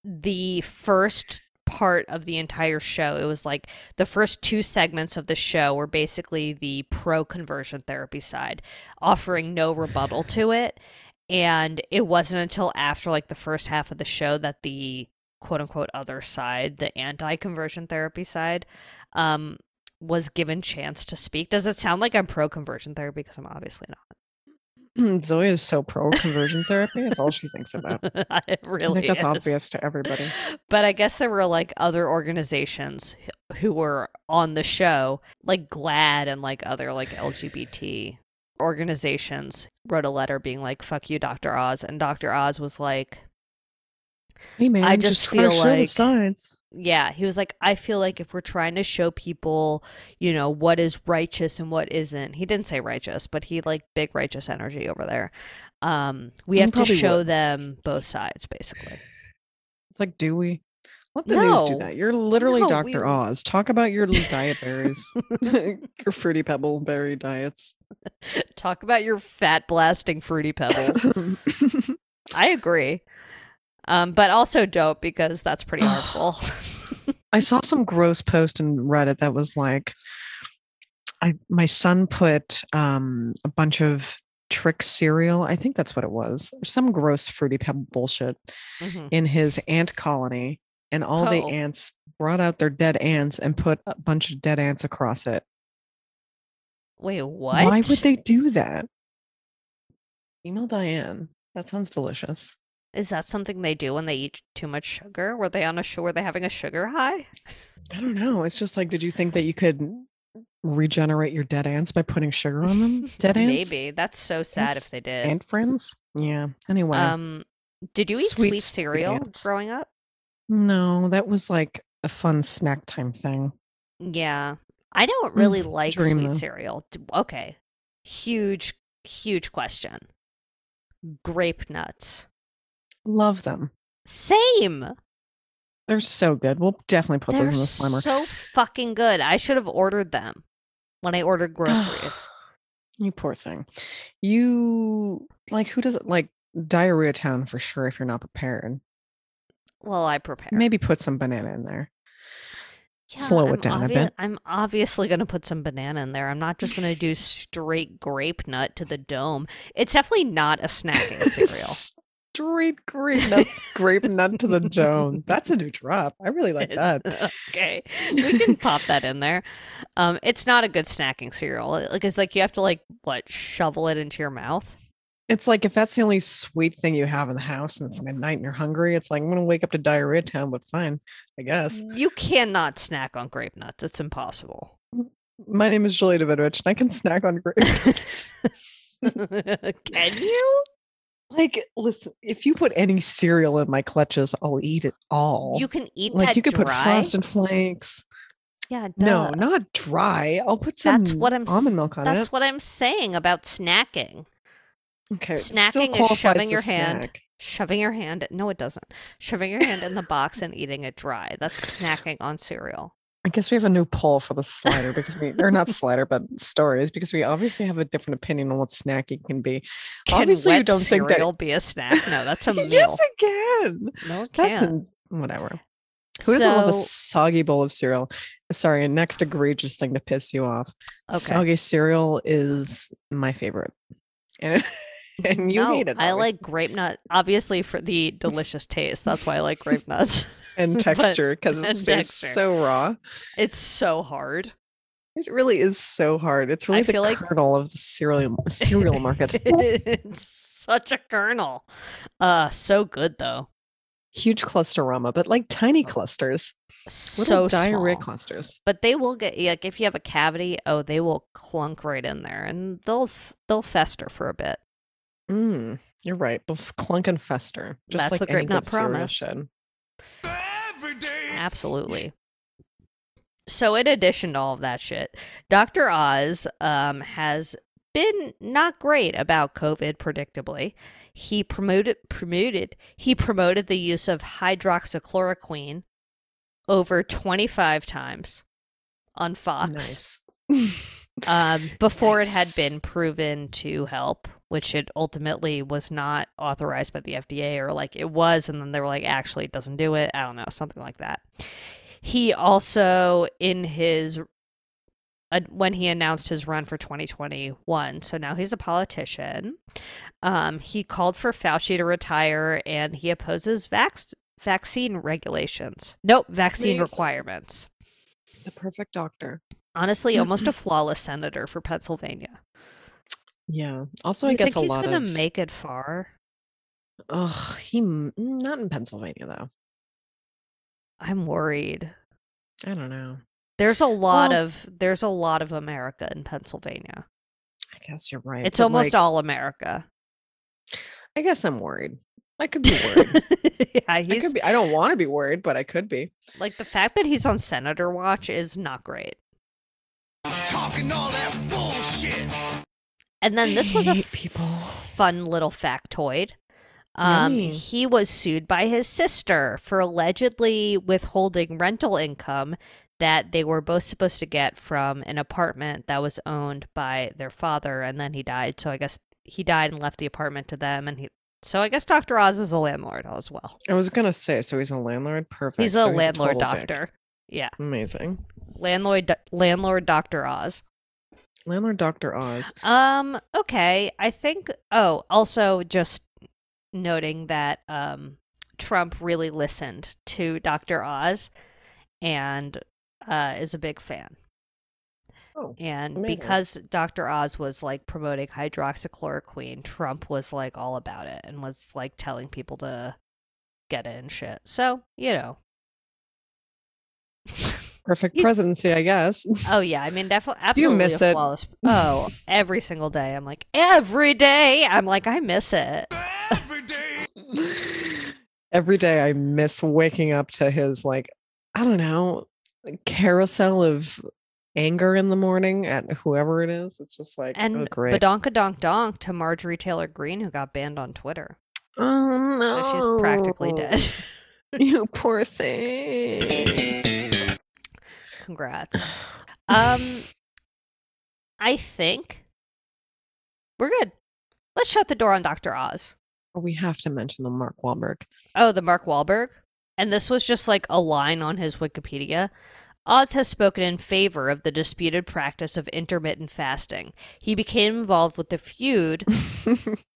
the first part of the entire show it was like the first two segments of the show were basically the pro conversion therapy side offering no rebuttal to it and it wasn't until after like the first half of the show that the quote unquote other side the anti conversion therapy side um was given chance to speak does it sound like i'm pro conversion therapy because i'm obviously Zoe is so pro conversion therapy. It's all she thinks about. not it really I think that's is. obvious to everybody. But I guess there were like other organizations wh- who were on the show, like GLAD and like other like LGBT organizations wrote a letter being like, fuck you, Dr. Oz. And Dr. Oz was like, Hey man, just try to feel show the like- science. yeah, he was like, I feel like if we're trying to show people, you know, what is righteous and what isn't, he didn't say righteous, but he like big righteous energy over there. Um, we He have to probably show would. them both sides, basically. It's like, do we? Let the news do No. that. You're literally No, we- Dr. Oz. Talk about your little diet berries, your fruity pebble berry diets. Talk about your fat blasting fruity pebbles. I agree. Um, but also don't because that's pretty harmful. I saw some gross post in Reddit that was like, I my son put um, a bunch of trick cereal. I think that's what it was. Some gross fruity pebble bullshit Mhm. in his ant colony, and all the Oh. ants brought out their dead ants and put a bunch of dead ants across it. Wait, what? Why would they do that? Email Diane. That sounds delicious. Is that something they do when they eat too much sugar? Were they on a show? Were they having a sugar high? I don't know. It's just like, did you think that you could regenerate your dead ants by putting sugar on them? Dead ants? Maybe. That's so sad That's if they did. Ant friends? Yeah. Anyway. um, did you eat Sweet sweet, cereal ants. growing up? no, that was like a fun snack time thing. Yeah, I don't really like Mm, dream sweet though. cereal. D- Okay, huge, huge question. Grape nuts. Love them. Same. They're so good. We'll definitely put They're those in the slimer. so fucking good. I should have ordered them when I ordered groceries. you poor thing. You like who doesn't like diarrhea town for sure if you're not prepared. well, I prepared. Maybe put some banana in there. Yeah, slow it I'm down a obvi- bit. I'm obviously going to put some banana in there. I'm not just going to do straight grape nut to the dome. It's definitely not a snacking cereal. Straight grape nut, grape nut to the Jones. That's a new drop. I really like It's- that. Okay, we can pop that in there. Um, it's not a good snacking cereal. Like it's like you have to like what shovel it into your mouth. It's like if that's the only sweet thing you have in the house and it's midnight and you're hungry, it's like I'm gonna wake up to diarrhea town, but fine, I guess. You cannot snack on grape nuts. It's impossible. My name is Julia Davidovich and I can snack on grape. Can you? like, listen, if you put any cereal in my clutches, I'll eat it all. You can eat like that you could dry. put frosted flakes. yeah, No, duh. not dry. I'll put some That's what I'm s- almond milk on That's it. what I'm saying about snacking. okay, it still snacking is qualifies shoving as your a hand snack. Shoving your hand no, it doesn't. Shoving your hand in the box and eating it dry. That's snacking on cereal. I guess we have a new poll for the slider because we, or not slider, but stories because we obviously have a different opinion on what snacking can be. Can Obviously, you wet don't think that- cereal be a snack? No, that's a meal. yes, it can. no, it That's can't. an- whatever. Who doesn't love a So- soggy bowl of cereal? Sorry, a next egregious thing to piss you off. Okay. Soggy cereal is my favorite, and, and you no, hate it. I obviously, like grape nut, obviously for the delicious taste. That's why I like grape nuts. and but- texture because it and stays texture. so raw. It's so hard. It really is so hard. It's really I the feel like- kernel of the cereal cereal market. it's such a kernel. Uh, so good though. Huge clusterama, but like tiny clusters, Oh. So little diarrhea small. clusters. But they will get like if you have a cavity, oh, they will clunk right in there, and they'll f- they'll fester for a bit. Mm, you're right. Both clunk and fester, just That's like the grape any nut good cereal promise. should. Absolutely. So, in addition to all of that shit, Dr. Oz um, has been not great about COVID, predictably. He promoted promoted he promoted the use of hydroxychloroquine over 25 times on Fox Nice. um, before it had Nice. been proven to help, which it ultimately was not authorized by the FDA, or like it was, and then they were like, actually, it doesn't do it. I don't know, something like that. He also, in his, uh, when he announced his run for 2021, so now he's a politician, um, he called for Fauci to retire and he opposes vax- vaccine regulations. Nope, vaccine Amazing. requirements the perfect doctor. honestly almost a flawless senator for Pennsylvania. Yeah. Also, I You guess think a he's lot gonna of make it far. Ugh, he m- mm, not in Pennsylvania though. I'm worried. I don't know. There's a lot Well- of there's a lot of America in Pennsylvania. I guess you're right. It's but, almost like, all America. I guess I'm worried. I could be worried. yeah, I he's could be. I don't want to be worried, but I could be. like the fact that he's on senator watch is not great. Talking all that bullshit. And then this was a hate people. fun little factoid. Um, Yummy. he was sued by his sister for allegedly withholding rental income that they were both supposed to get from an apartment that was owned by their father, and then he died. So I guess he died and left the apartment to them, and he. So I guess Dr. Oz is a landlord as well. I was gonna say. So he's a landlord. Perfect. He's a so landlord total dick. doctor. Yeah, Amazing. landlord landlord Dr. Oz. Landlord Doctor Oz. Um, okay. I think oh, also just noting that um Trump really listened to Dr. Oz and uh is a big fan. Oh, and amazing. because Dr. Oz was like promoting hydroxychloroquine, Trump was like all about it and was like telling people to get it and shit. So, you know. Perfect he's- presidency, I guess. Oh yeah, I mean definitely you absolutely miss a it? flawless. Oh, every single day I'm like every day I'm like I miss it. Every day. Every day I miss waking up to his like, I don't know, carousel of anger in the morning at whoever it is. It's just like oh And great. badonka donk donk to Marjorie Taylor Greene who got banned on Twitter. oh no. So she's practically dead. You poor thing. Congrats. Um I think we're good. Let's shut the door on Dr. Oz. Oh, We have to mention the Mark Wahlberg. Oh, the Mark Wahlberg. And this was just like a line on his Wikipedia. Oz has spoken in favor of the disputed practice of intermittent fasting. He became involved with the feud.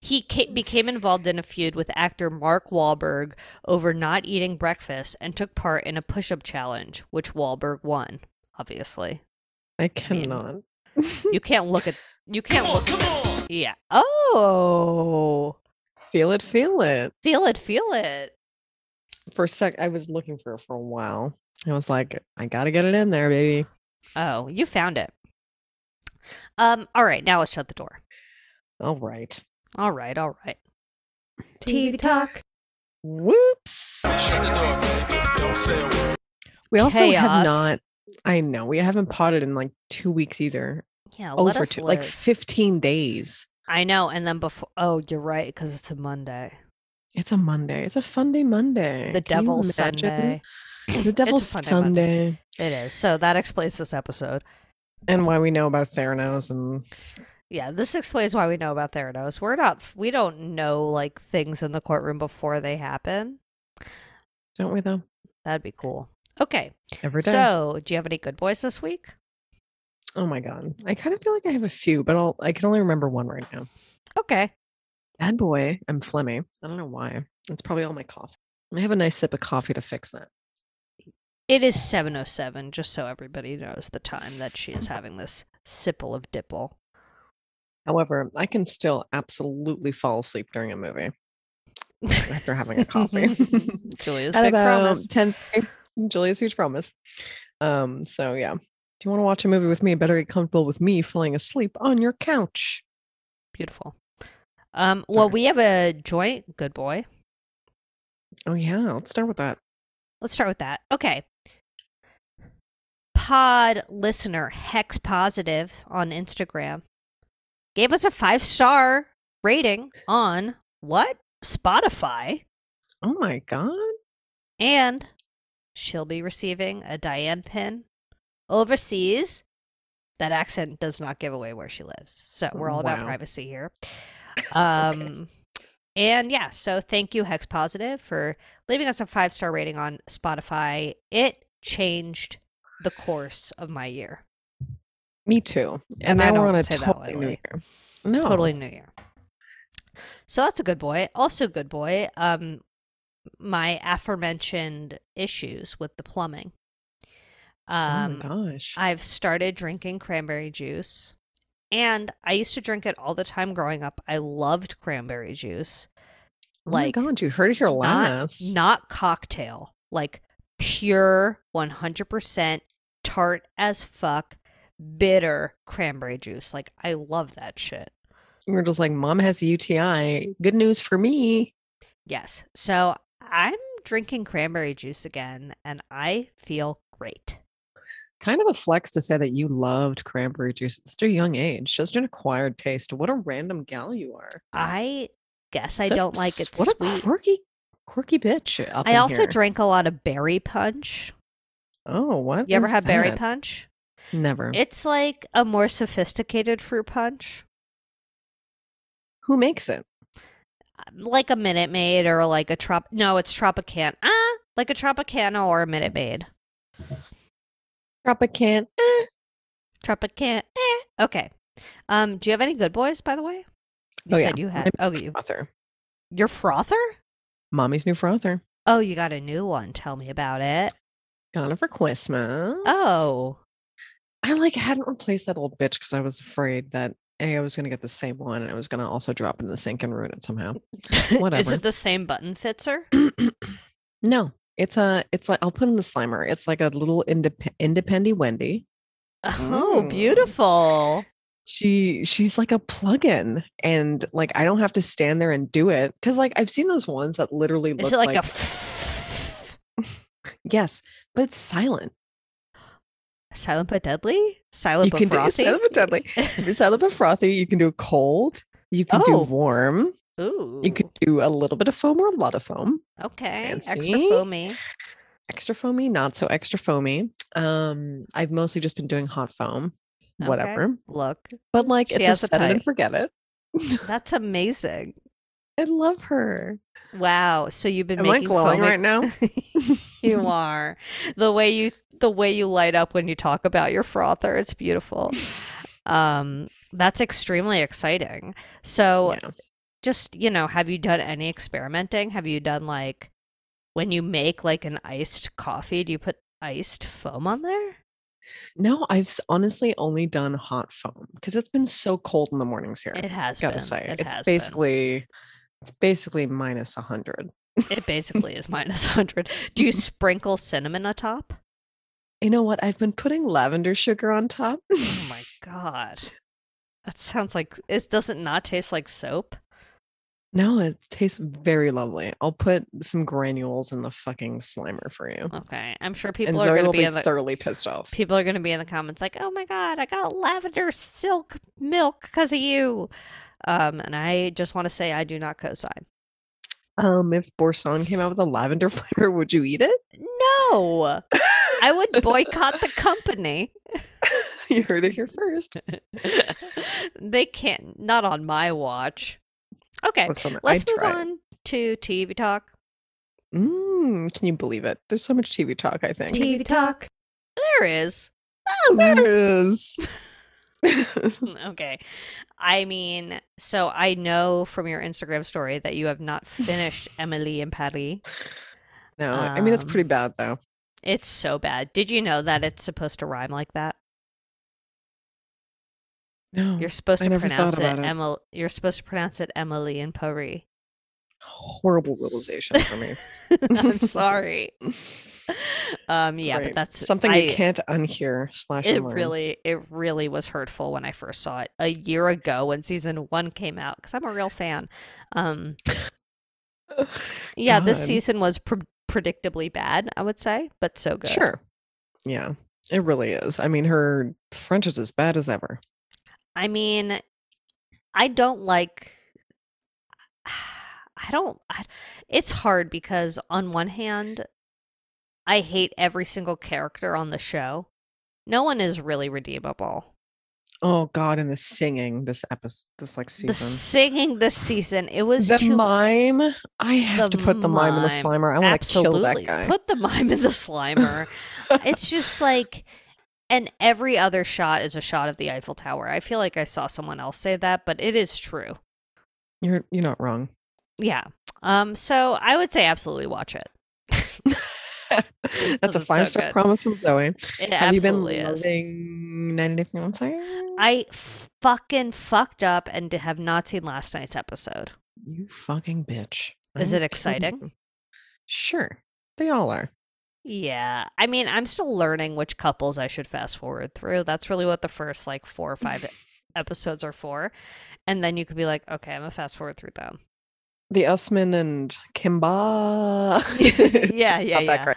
he ca- became involved in a feud with actor Mark Wahlberg over not eating breakfast and took part in a push-up challenge, which Wahlberg won. Obviously, I cannot. you can't look at you can't Come on, look. come on. Yeah. Oh, Feel it, feel it. feel it, feel it. For a sec, I was looking for it for a while. I was like, I gotta get it in there, baby. Oh, you found it. Um, all right, now let's shut the door. All right. All right, all right. TV talk. Whoops. Shut the door, baby. Don't say a word. We also Chaos. have not. I know we haven't potted in like two weeks either. Yeah, Oh, let Over us two, like live. fifteen days. I know, and then before. Oh, you're right, because it's a Monday. It's a Monday. It's a fun day Monday. The Can you Devil's imagine? Sunday. The Devil's It's a fun day Monday. Sunday, It is. So that explains this episode. and why we know about Theranos and Yeah, this explains why we know about Theranos. We're not. We don't know like things in the courtroom before they happen. don't we though? That'd be cool. Okay. Every day. So, do you have any good boys this week? oh my god, I kind of feel like I have a few, but I'll, I can only remember one right now. Okay. Bad boy, I'm phlegmy. I don't know why. It's probably all my cough. I have a nice sip of coffee to fix that. It is 7:07 just so everybody knows the time that she is having this sipple of dipple. However, I can still absolutely fall asleep during a movie after having a coffee. Julia's At big about promise. 10 Julia's huge promise. Um, so yeah. Do you want to watch a movie with me? Better get comfortable with me falling asleep on your couch. Beautiful. Um, well, Sorry. we have a joint good boy. Oh yeah, let's start with that. Let's start with that. Okay. Pod listener hex positive on Instagram gave us a five star rating on what? Spotify. Oh my god. And she'll be receiving a Diane pin overseas. That accent does not give away where she lives. So we're all about Wow. privacy here. Um and yeah, so thank you, Hex Positive, for leaving us a five star rating on Spotify. It changed the course of my year. Me too. And I now we're don't on a say that totally new lightly. year. No. Totally new year. So that's a good boy. Also good boy. Um my aforementioned issues with the plumbing. Um oh my gosh. I've started drinking cranberry juice. And I used to drink it all the time growing up. I loved cranberry juice. Like oh my god, you heard it here last. not cocktail, like pure 100% tart as fuck bitter cranberry juice. Like I love that shit. you were just like, Mom has a UTI. Good news for me. Yes. So I'm drinking cranberry juice again and I feel great. Kind of a flex to say that you loved cranberry juice at such a young age. Just an acquired taste. What a random gal you are. I guess I So- don't like it what A sweet. quirky, quirky bitch. up I in also here. drank a lot of berry punch. Oh, what? You ever is had berry that? punch? Never. It's like a more sophisticated fruit punch, Who makes it? like a Minute Maid or like a trop. No, it's Tropicana. Ah, like a Tropicana or a Minute Maid. Tropicant. Eh. Tropicana. Eh. Okay. Um, do you have any good boys, by the way? You Oh, yeah. said you had. I'm Oh, you Frother. your frother? Mommy's new frother. Oh, you got a new one. Tell me about it. Got it for Christmas. Oh, I like hadn't replaced that old bitch because I was afraid that A, I was gonna get the same one and I was gonna also drop it in the sink and ruin it somehow. Is Whatever. it the same button fitzer? no. It's a it's like I'll put in the slimer. It's like a little indep- independent Wendy. Oh, Mm. beautiful. She she's like a plug-in and like I don't have to stand there and do it. Cause like I've seen those ones that literally look Is it like, like a? F- yes, but it's silent. Silent but deadly. Silent you but can frothy. do silent but deadly. You can Silent but frothy. You can do cold. You can do Oh. warm. Ooh. You can do a little bit of foam or a lot of foam. okay. Extra fancy. foamy. Extra foamy, not so extra foamy. Um, I've mostly just been doing hot foam, Okay. whatever. Look, But like, She it's has a a set it and type. forget it. that's amazing. I love her. Wow. So you've been Am I making glowing foamy- right now? you are the way you the way you light up when you talk about your frother. It's beautiful. Um, that's extremely exciting. So Yeah. just you know have you done any experimenting have you done like when you make like an iced coffee do you put iced foam on there No, I've s- honestly only done hot foam because it's been so cold in the mornings here. it has gotta been. say, it it's has been. basically it's basically minus a hundred. it basically is minus 100 do you sprinkle cinnamon atop You know what? I've been putting lavender sugar on top. oh my god that sounds like it does it not taste like soap No, it tastes very lovely. I'll put some granules in the fucking slimer for you. okay i'm sure and people are Zoe going will to be, be in the thoroughly pissed off. people are going to be in the comments like oh my god i got lavender silk milk because of you um and i just want to say i do not co-sign Um, if Borson came out with a lavender flavor, would you eat it? No, I would boycott the company. you heard it here first. they can't, not on my watch. Okay, Borson, I'd let's move try it. on to TV talk. Mm, can you believe it? There's so much TV talk, I think. TV talk. There is. There is. Okay. I mean, so I know from your Instagram story that you have not finished Emily in Paris. no, I mean it's pretty Um, bad though. It's so bad. Did you know that it's supposed to rhyme like that? No. You're supposed Mm, I to never thought pronounce it, about it. Emily. You're supposed to pronounce it Emily in Paris. horrible realization for me. I'm sorry. Um, yeah, Right. but that's something I- you can't unhear slash It unlearn. really, it really was hurtful when I first saw it a year ago when season one came out because I'm a real fan. Um, yeah, this God. season was pre- predictably bad, I would say, but so good. Sure. Yeah, it really is. I mean, her French is as bad as ever. I mean, I don't like I don't I, it's hard because on one hand I hate every single character on the show. No one is really redeemable. Oh God, and the singing this episode, this like season. The singing this season, it was The too mime. I have The to put the mime in the mime, slimer. I want to kill that Absolutely. guy. Put the mime in the slimer. it's just like and every other shot is a shot of the Eiffel Tower. I feel like I saw someone else say that, but it is true. You're you're not wrong. Yeah. Um so I would say absolutely watch it. That's Because a it's so five star good. promise from Zoe. It Have you been absolutely is. loving 90 Day Fiance? I fucking fucked up and d- have not seen last night's episode. you fucking bitch. Is I'm it kidding exciting? you. Sure, they all are. Yeah. I mean, I'm still learning which couples I should fast forward through. That's really what the first like four or five episodes are for. And then you could be like, okay, I'm going to fast forward through them. The Usman and Kimba. yeah, yeah, not yeah. that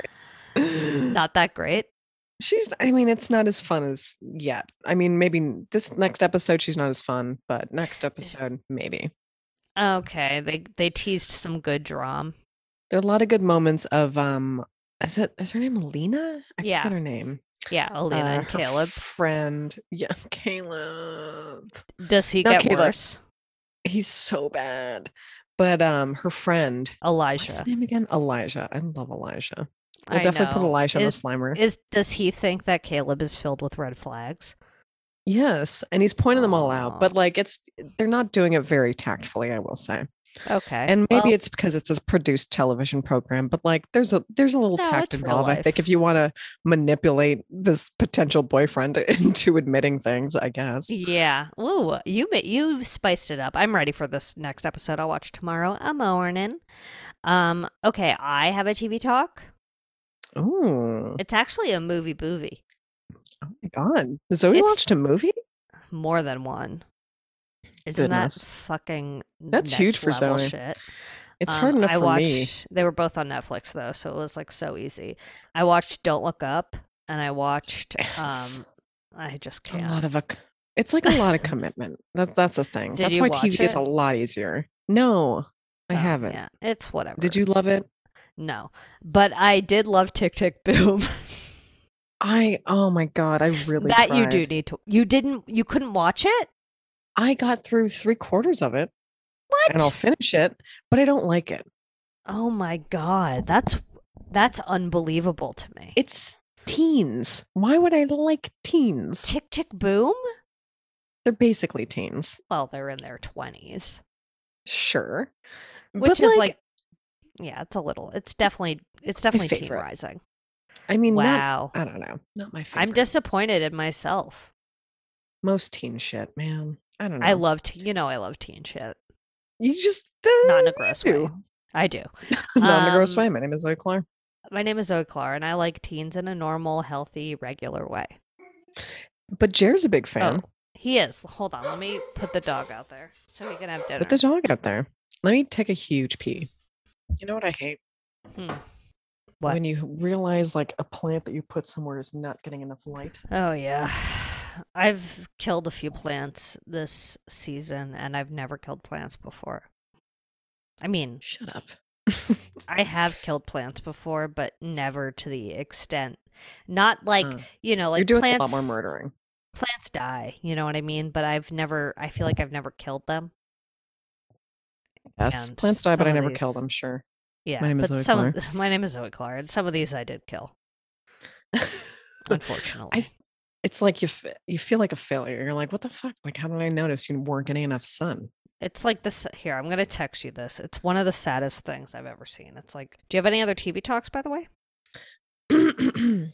great. Not that great. She's. I mean, it's not as fun as yet. I mean, maybe n- this next episode she's not as fun, but next episode maybe. Okay. They they teased some good drama. There are a lot of good moments of um. Is it is her name Alina? I Yeah. forget her name. Yeah, Alina Uh, and her Caleb. friend. Yeah, Caleb. Does he no, get Caleb. worse? He's so bad. But um, her friend. What's Elijah. his name again? Elijah. I love Elijah. We'll I definitely put know. Elijah Is- on the Slimer. Is does he think that Caleb is filled with red flags? yes, and he's pointing them all out, but Aw. like it's they're not doing it very tactfully, I will say. Okay. And maybe well- it's because it's a produced television program, but like there's a there's a little No, tact it's real involved. I think life. if you want to manipulate this potential boyfriend into admitting things, I guess. Yeah. Ooh, you ma- you spiced it up. I'm ready for this next episode. I'll watch tomorrow. I'm morning. Um. Okay. I have a TV talk. Oh, It's actually a movie boovie, oh my god. Zoe It's- watched a movie? more than one. Isn't Goodness. that fucking That's huge next for level Zoe. Shit. It's Um, hard enough I for watched, me. They were both on Netflix though, so it was like so easy. I watched Don't Look Up, and I watched. Yes. Um. I just A can't. lot of a c- it's like a lot of commitment. That's that's the thing. Did that's you why watch TV is a it? lot easier. No, I Oh, haven't. Yeah. It's whatever. Did you love it? No, but I did love Tick Tick Boom. I oh my god, I really that you tried. do need to you didn't you couldn't watch it I got through three quarters of it, what and I'll finish it, but I don't like it. oh my god that's that's unbelievable to me It's teens. Why would I like teens? tick tick boom They're basically teens, well they're in their 20s sure, which But, is like, yeah it's a little it's definitely it's definitely teen favorite. rising I mean, not, wow I don't know, not my favorite. i'm disappointed in myself most teen shit, man. I don't know. i love teen you know i love teen shit you just not in uh, a gross you way i do do. not in a gross Um, way. My name is Zoe Clark. my name is zoe Clar, and i like teens in a normal healthy regular way But Jer's a big fan. oh he is hold on let me put the dog out there so we can have dinner Put the dog out there. Let me take a huge pee. You know what I hate? Hmm. What? When you realize like a plant that you put somewhere is not getting enough light. Oh yeah. I've killed a few plants this season and I've never killed plants before. I mean, Shut up. I have killed plants before, but never to the extent. Not like, Huh. you know, like Hmm. You're doing plants a lot more murdering. plants die, you know what I mean? But I've never I feel like I've never killed them. Yes. and Plants die, but some I of never these- kill them, sure. Yeah. name is but Zoe some of th- my name is Zoe Clark, and some of these I did kill, unfortunately. I f- it's like you f- you feel like a failure. You're like, what the fuck? Like, how did I notice you weren't getting enough sun? It's like this here, I'm gonna text you this. It's one of the saddest things I've ever seen. It's like do you have any other TV talks by the way? um,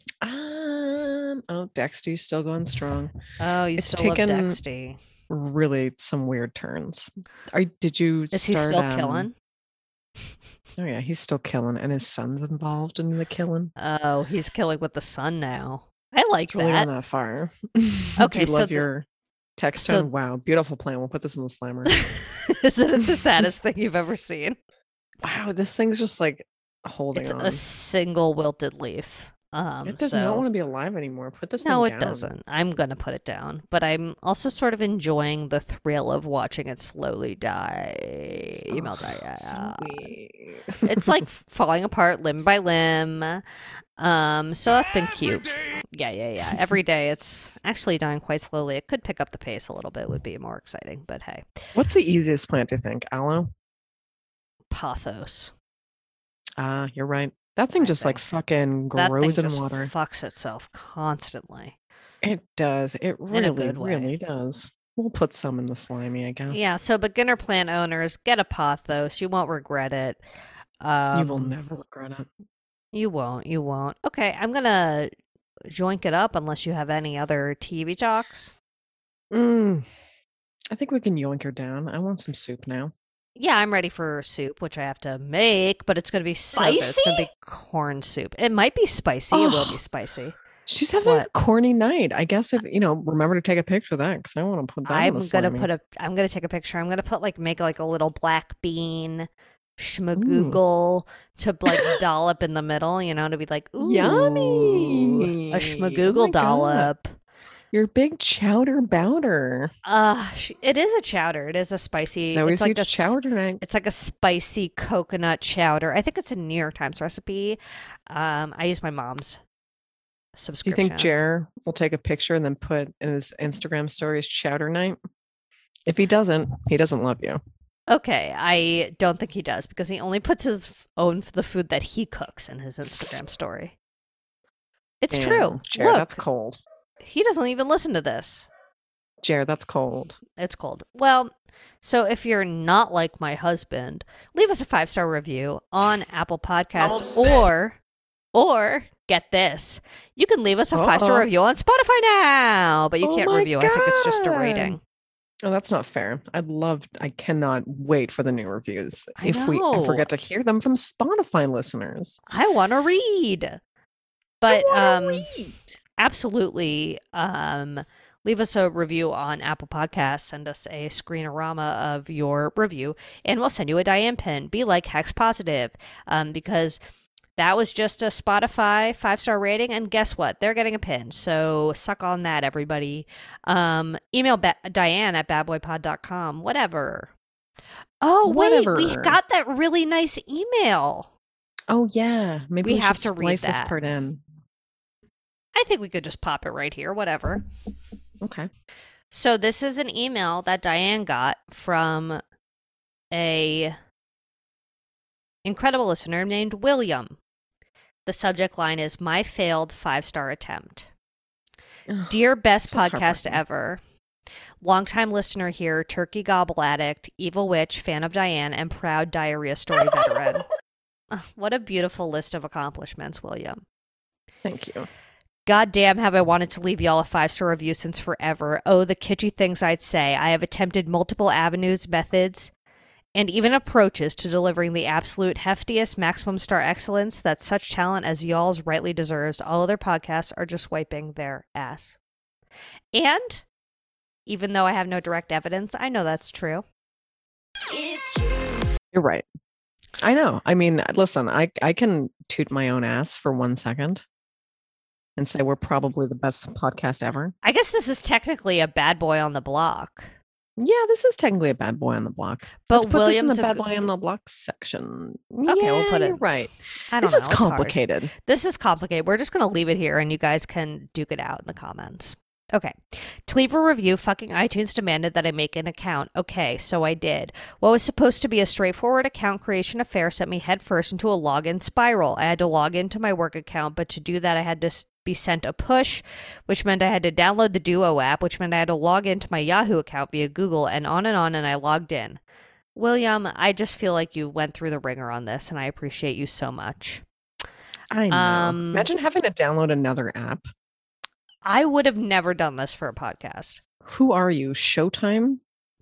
oh, Dexty's still going strong. Oh, you It's still love taken- Dexty. Really, some weird turns. Are did you? Is he start, still um, killing? Oh yeah, he's still killing, and his son's involved in the killing. Oh, he's killing with the sun now. I like It's really that. gone that far. Do Okay, you so love the- your text so- tone? Wow, beautiful plan. We'll put this in the slammer. Isn't it the saddest thing you've ever seen? wow, this thing's just like holding It's on. a single wilted leaf. Um, it does so- not want to be alive anymore. Put this no, thing it down. doesn't. I'm gonna put it down, but I'm also sort of enjoying the thrill of watching it slowly die. Email Ugh, die. so weird. it's like f- falling apart limb by limb. Um, so that's been cute. Yeah, yeah, yeah. Every day it's actually dying quite slowly. It could pick up the pace a little bit, would be more exciting, but hey, What's the easiest plant to think? Aloe? pathos. Ah, you're right. That thing I just like think. fucking That thing grows in just water. fucks itself constantly. it does. It in a really, good way. really does. We'll put some in the slimy, I guess. Yeah, so beginner plant owners, get a pathos. You won't regret it. Um, You will never regret it. You won't. You won't. Okay, I'm gonna joink it up unless you have any other TV talks. Mm. I think we can yoink her down. I want some soup now. Yeah, I'm ready for soup, which I have to make, but it's gonna be so good. It's gonna be corn soup. It might be spicy. It will be Oh. spicy. She's having What? a corny night. I guess if you know, remember to take a picture of that because I want to put that. I'm on the gonna slimy. put a. I'm gonna take a picture. I'm gonna put like make like a little black bean schmagoogle to like dollop in the middle. You know, to be like ooh, Yummy. a Oh schmagoogle my God. dollop. your big chowder bowder. Uh, sh- it is a chowder. It is a spicy. Zoe's it's like huge a s- chowder night. It's like a spicy coconut chowder. I think it's a New York Times recipe. Um, I use my mom's Do you subscription. think Jer will take a picture and then put in his Mm-hmm. Instagram stories chowder night? If he doesn't, he doesn't love you. Okay, I don't think he does because he only puts his f- own the food that he cooks in his Instagram story. It's Damn, true. Jer, Look, that's cold. he doesn't even listen to this. Jer, that's cold. It's cold. Well, so if you're not like my husband, leave us a five star review on Apple Podcasts or or get this. You can leave us a five Uh-oh. star review on Spotify now, but you Oh can't my review. I think it's just a God. rating. Oh, that's not fair. I'd love, I cannot wait for the new reviews. I if we ever know. get to hear them from Spotify listeners. I want to read. But um wanna absolutely um leave us a review on Apple Podcasts, send us a screenorama of your review and we'll send you a Diane pin. Be like hex positive um because that was just a Spotify five star rating, and guess what? They're getting a pin. So suck on that, everybody. Um, email ba- Diane at badboypod.com, whatever. Oh, wait, we Whatever. got that really nice email. Oh, yeah. Maybe We we, have should to read splice this that. part in. I think we could just pop it right here, whatever. Okay. So this is an email that Diane got from a incredible listener named William. The subject line is my failed five-star attempt. Ugh. Dear best This is podcast heartbreaking. ever. Longtime listener here, turkey gobble addict, evil witch, fan of Diane, and proud diarrhea story veteran. Ugh, What a beautiful list of accomplishments, William. Thank you. God damn, have I wanted to leave y'all a five star review since forever. Oh, the kitschy things I'd say. I have attempted multiple avenues, methods, and even approaches to delivering the absolute heftiest maximum star excellence that such talent as y'all's rightly deserves. All other podcasts are just wiping their ass. And even though I have no direct evidence, I know that's true. You're right. I know. I mean, listen, I, I can toot my own ass for one second and say we're probably the best podcast ever. I guess this is technically a bad boy on the block. Yeah, this is technically a bad boy on the block. But Let's put this in William's the a bad g- boy on the block section. Okay, we'll Yeah, put it- You're right. I don't This know. is it's hard. complicated. This is complicated. We're just going to leave it here and you guys can duke it out in the comments. Okay. To leave a review, fucking iTunes demanded that I make an account. Okay, so I did. What was supposed to be a straightforward account creation affair sent me headfirst into a login spiral. I had to log into my work account, but to do that, I had to s- be sent a push, which meant I had to download the Duo app, which meant I had to log into my Yahoo account via Google, and on and on, and I logged in. William, I just feel like you went through the ringer on this, and I appreciate you so much. I know. Um, Imagine having to download another app. I would have never done this for a podcast. Who are you? Showtime?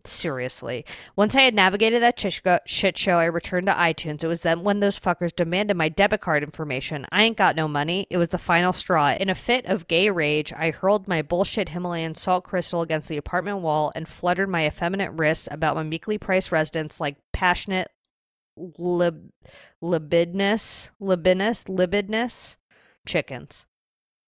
Seriously. Once I had navigated that chishko- shit show, I returned to iTunes. It was then when those fuckers demanded my debit card information. I ain't got no money. It was the final straw. In a fit of gay rage, I hurled my bullshit Himalayan salt crystal against the apartment wall and fluttered my effeminate wrists about my meekly priced residence like passionate lib- libidinous, libidinous, libidinous chickens.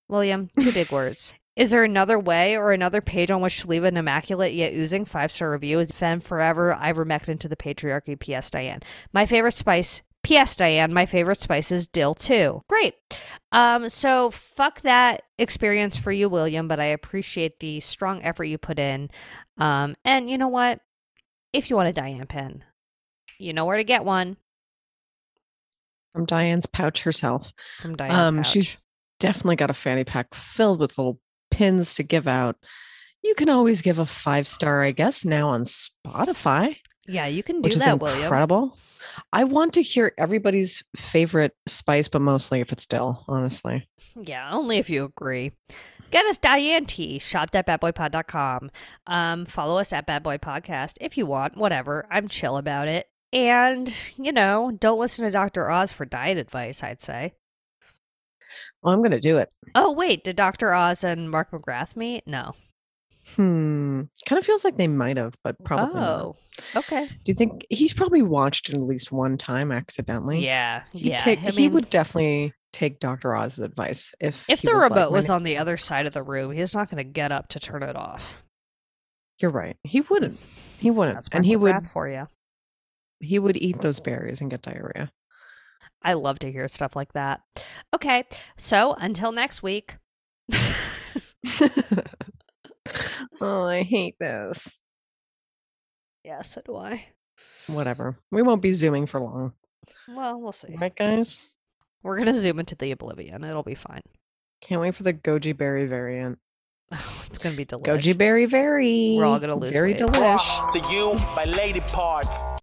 William, two big words. Is there another way or another page on which to leave an immaculate yet oozing five star review? Is Femme Forever Ivermectin to the Patriarchy? P.S. Diane. My favorite spice. P.S. Diane. My favorite spice is dill too. Great. Um, so fuck that experience for you, William, but I appreciate the strong effort you put in. Um, and you know what? If you want a Diane pen, you know where to get one from Diane's pouch herself. from Diane. Um, she's definitely got a fanny pack filled with little pins to give out. You can always give a five star, I guess, now on Spotify, yeah, you can do which is that, William. incredible. I want to hear everybody's favorite spice, but mostly if it's dill, honestly. Yeah, only if you agree. Get us Diane T, shopped at badboypod.com. Um, follow us at Bad Boy Podcast if you want, whatever. I'm chill about it. And, you know, don't listen to Dr. Oz for diet advice, I'd say. Well, I'm going to do it. Oh, wait, did Dr. Oz and Mark McGrath meet? No. Hmm. Kind of feels like they might have, but probably. not. oh, okay. Do you think he's probably watched it at least one time accidentally? Yeah, He'd yeah. take- I he mean, would definitely take Dr. Oz's advice if if he the like, remote "My was na- on the other side of the room, he's not going to get up to turn it off. You're right. He wouldn't. He wouldn't. That's Mark and he would. McGrath for you. He would eat those berries and get diarrhea. I love to hear stuff like that. Okay, so until next week. oh, I hate this. yeah, so do I. Whatever. We won't be zooming for long, Well, we'll see. right, guys? We're gonna zoom into the oblivion. It'll be fine. Can't wait for the goji berry variant. it's gonna be delicious. Goji berry very. all gonna lose Very weight. delish. to you by Lady Parts.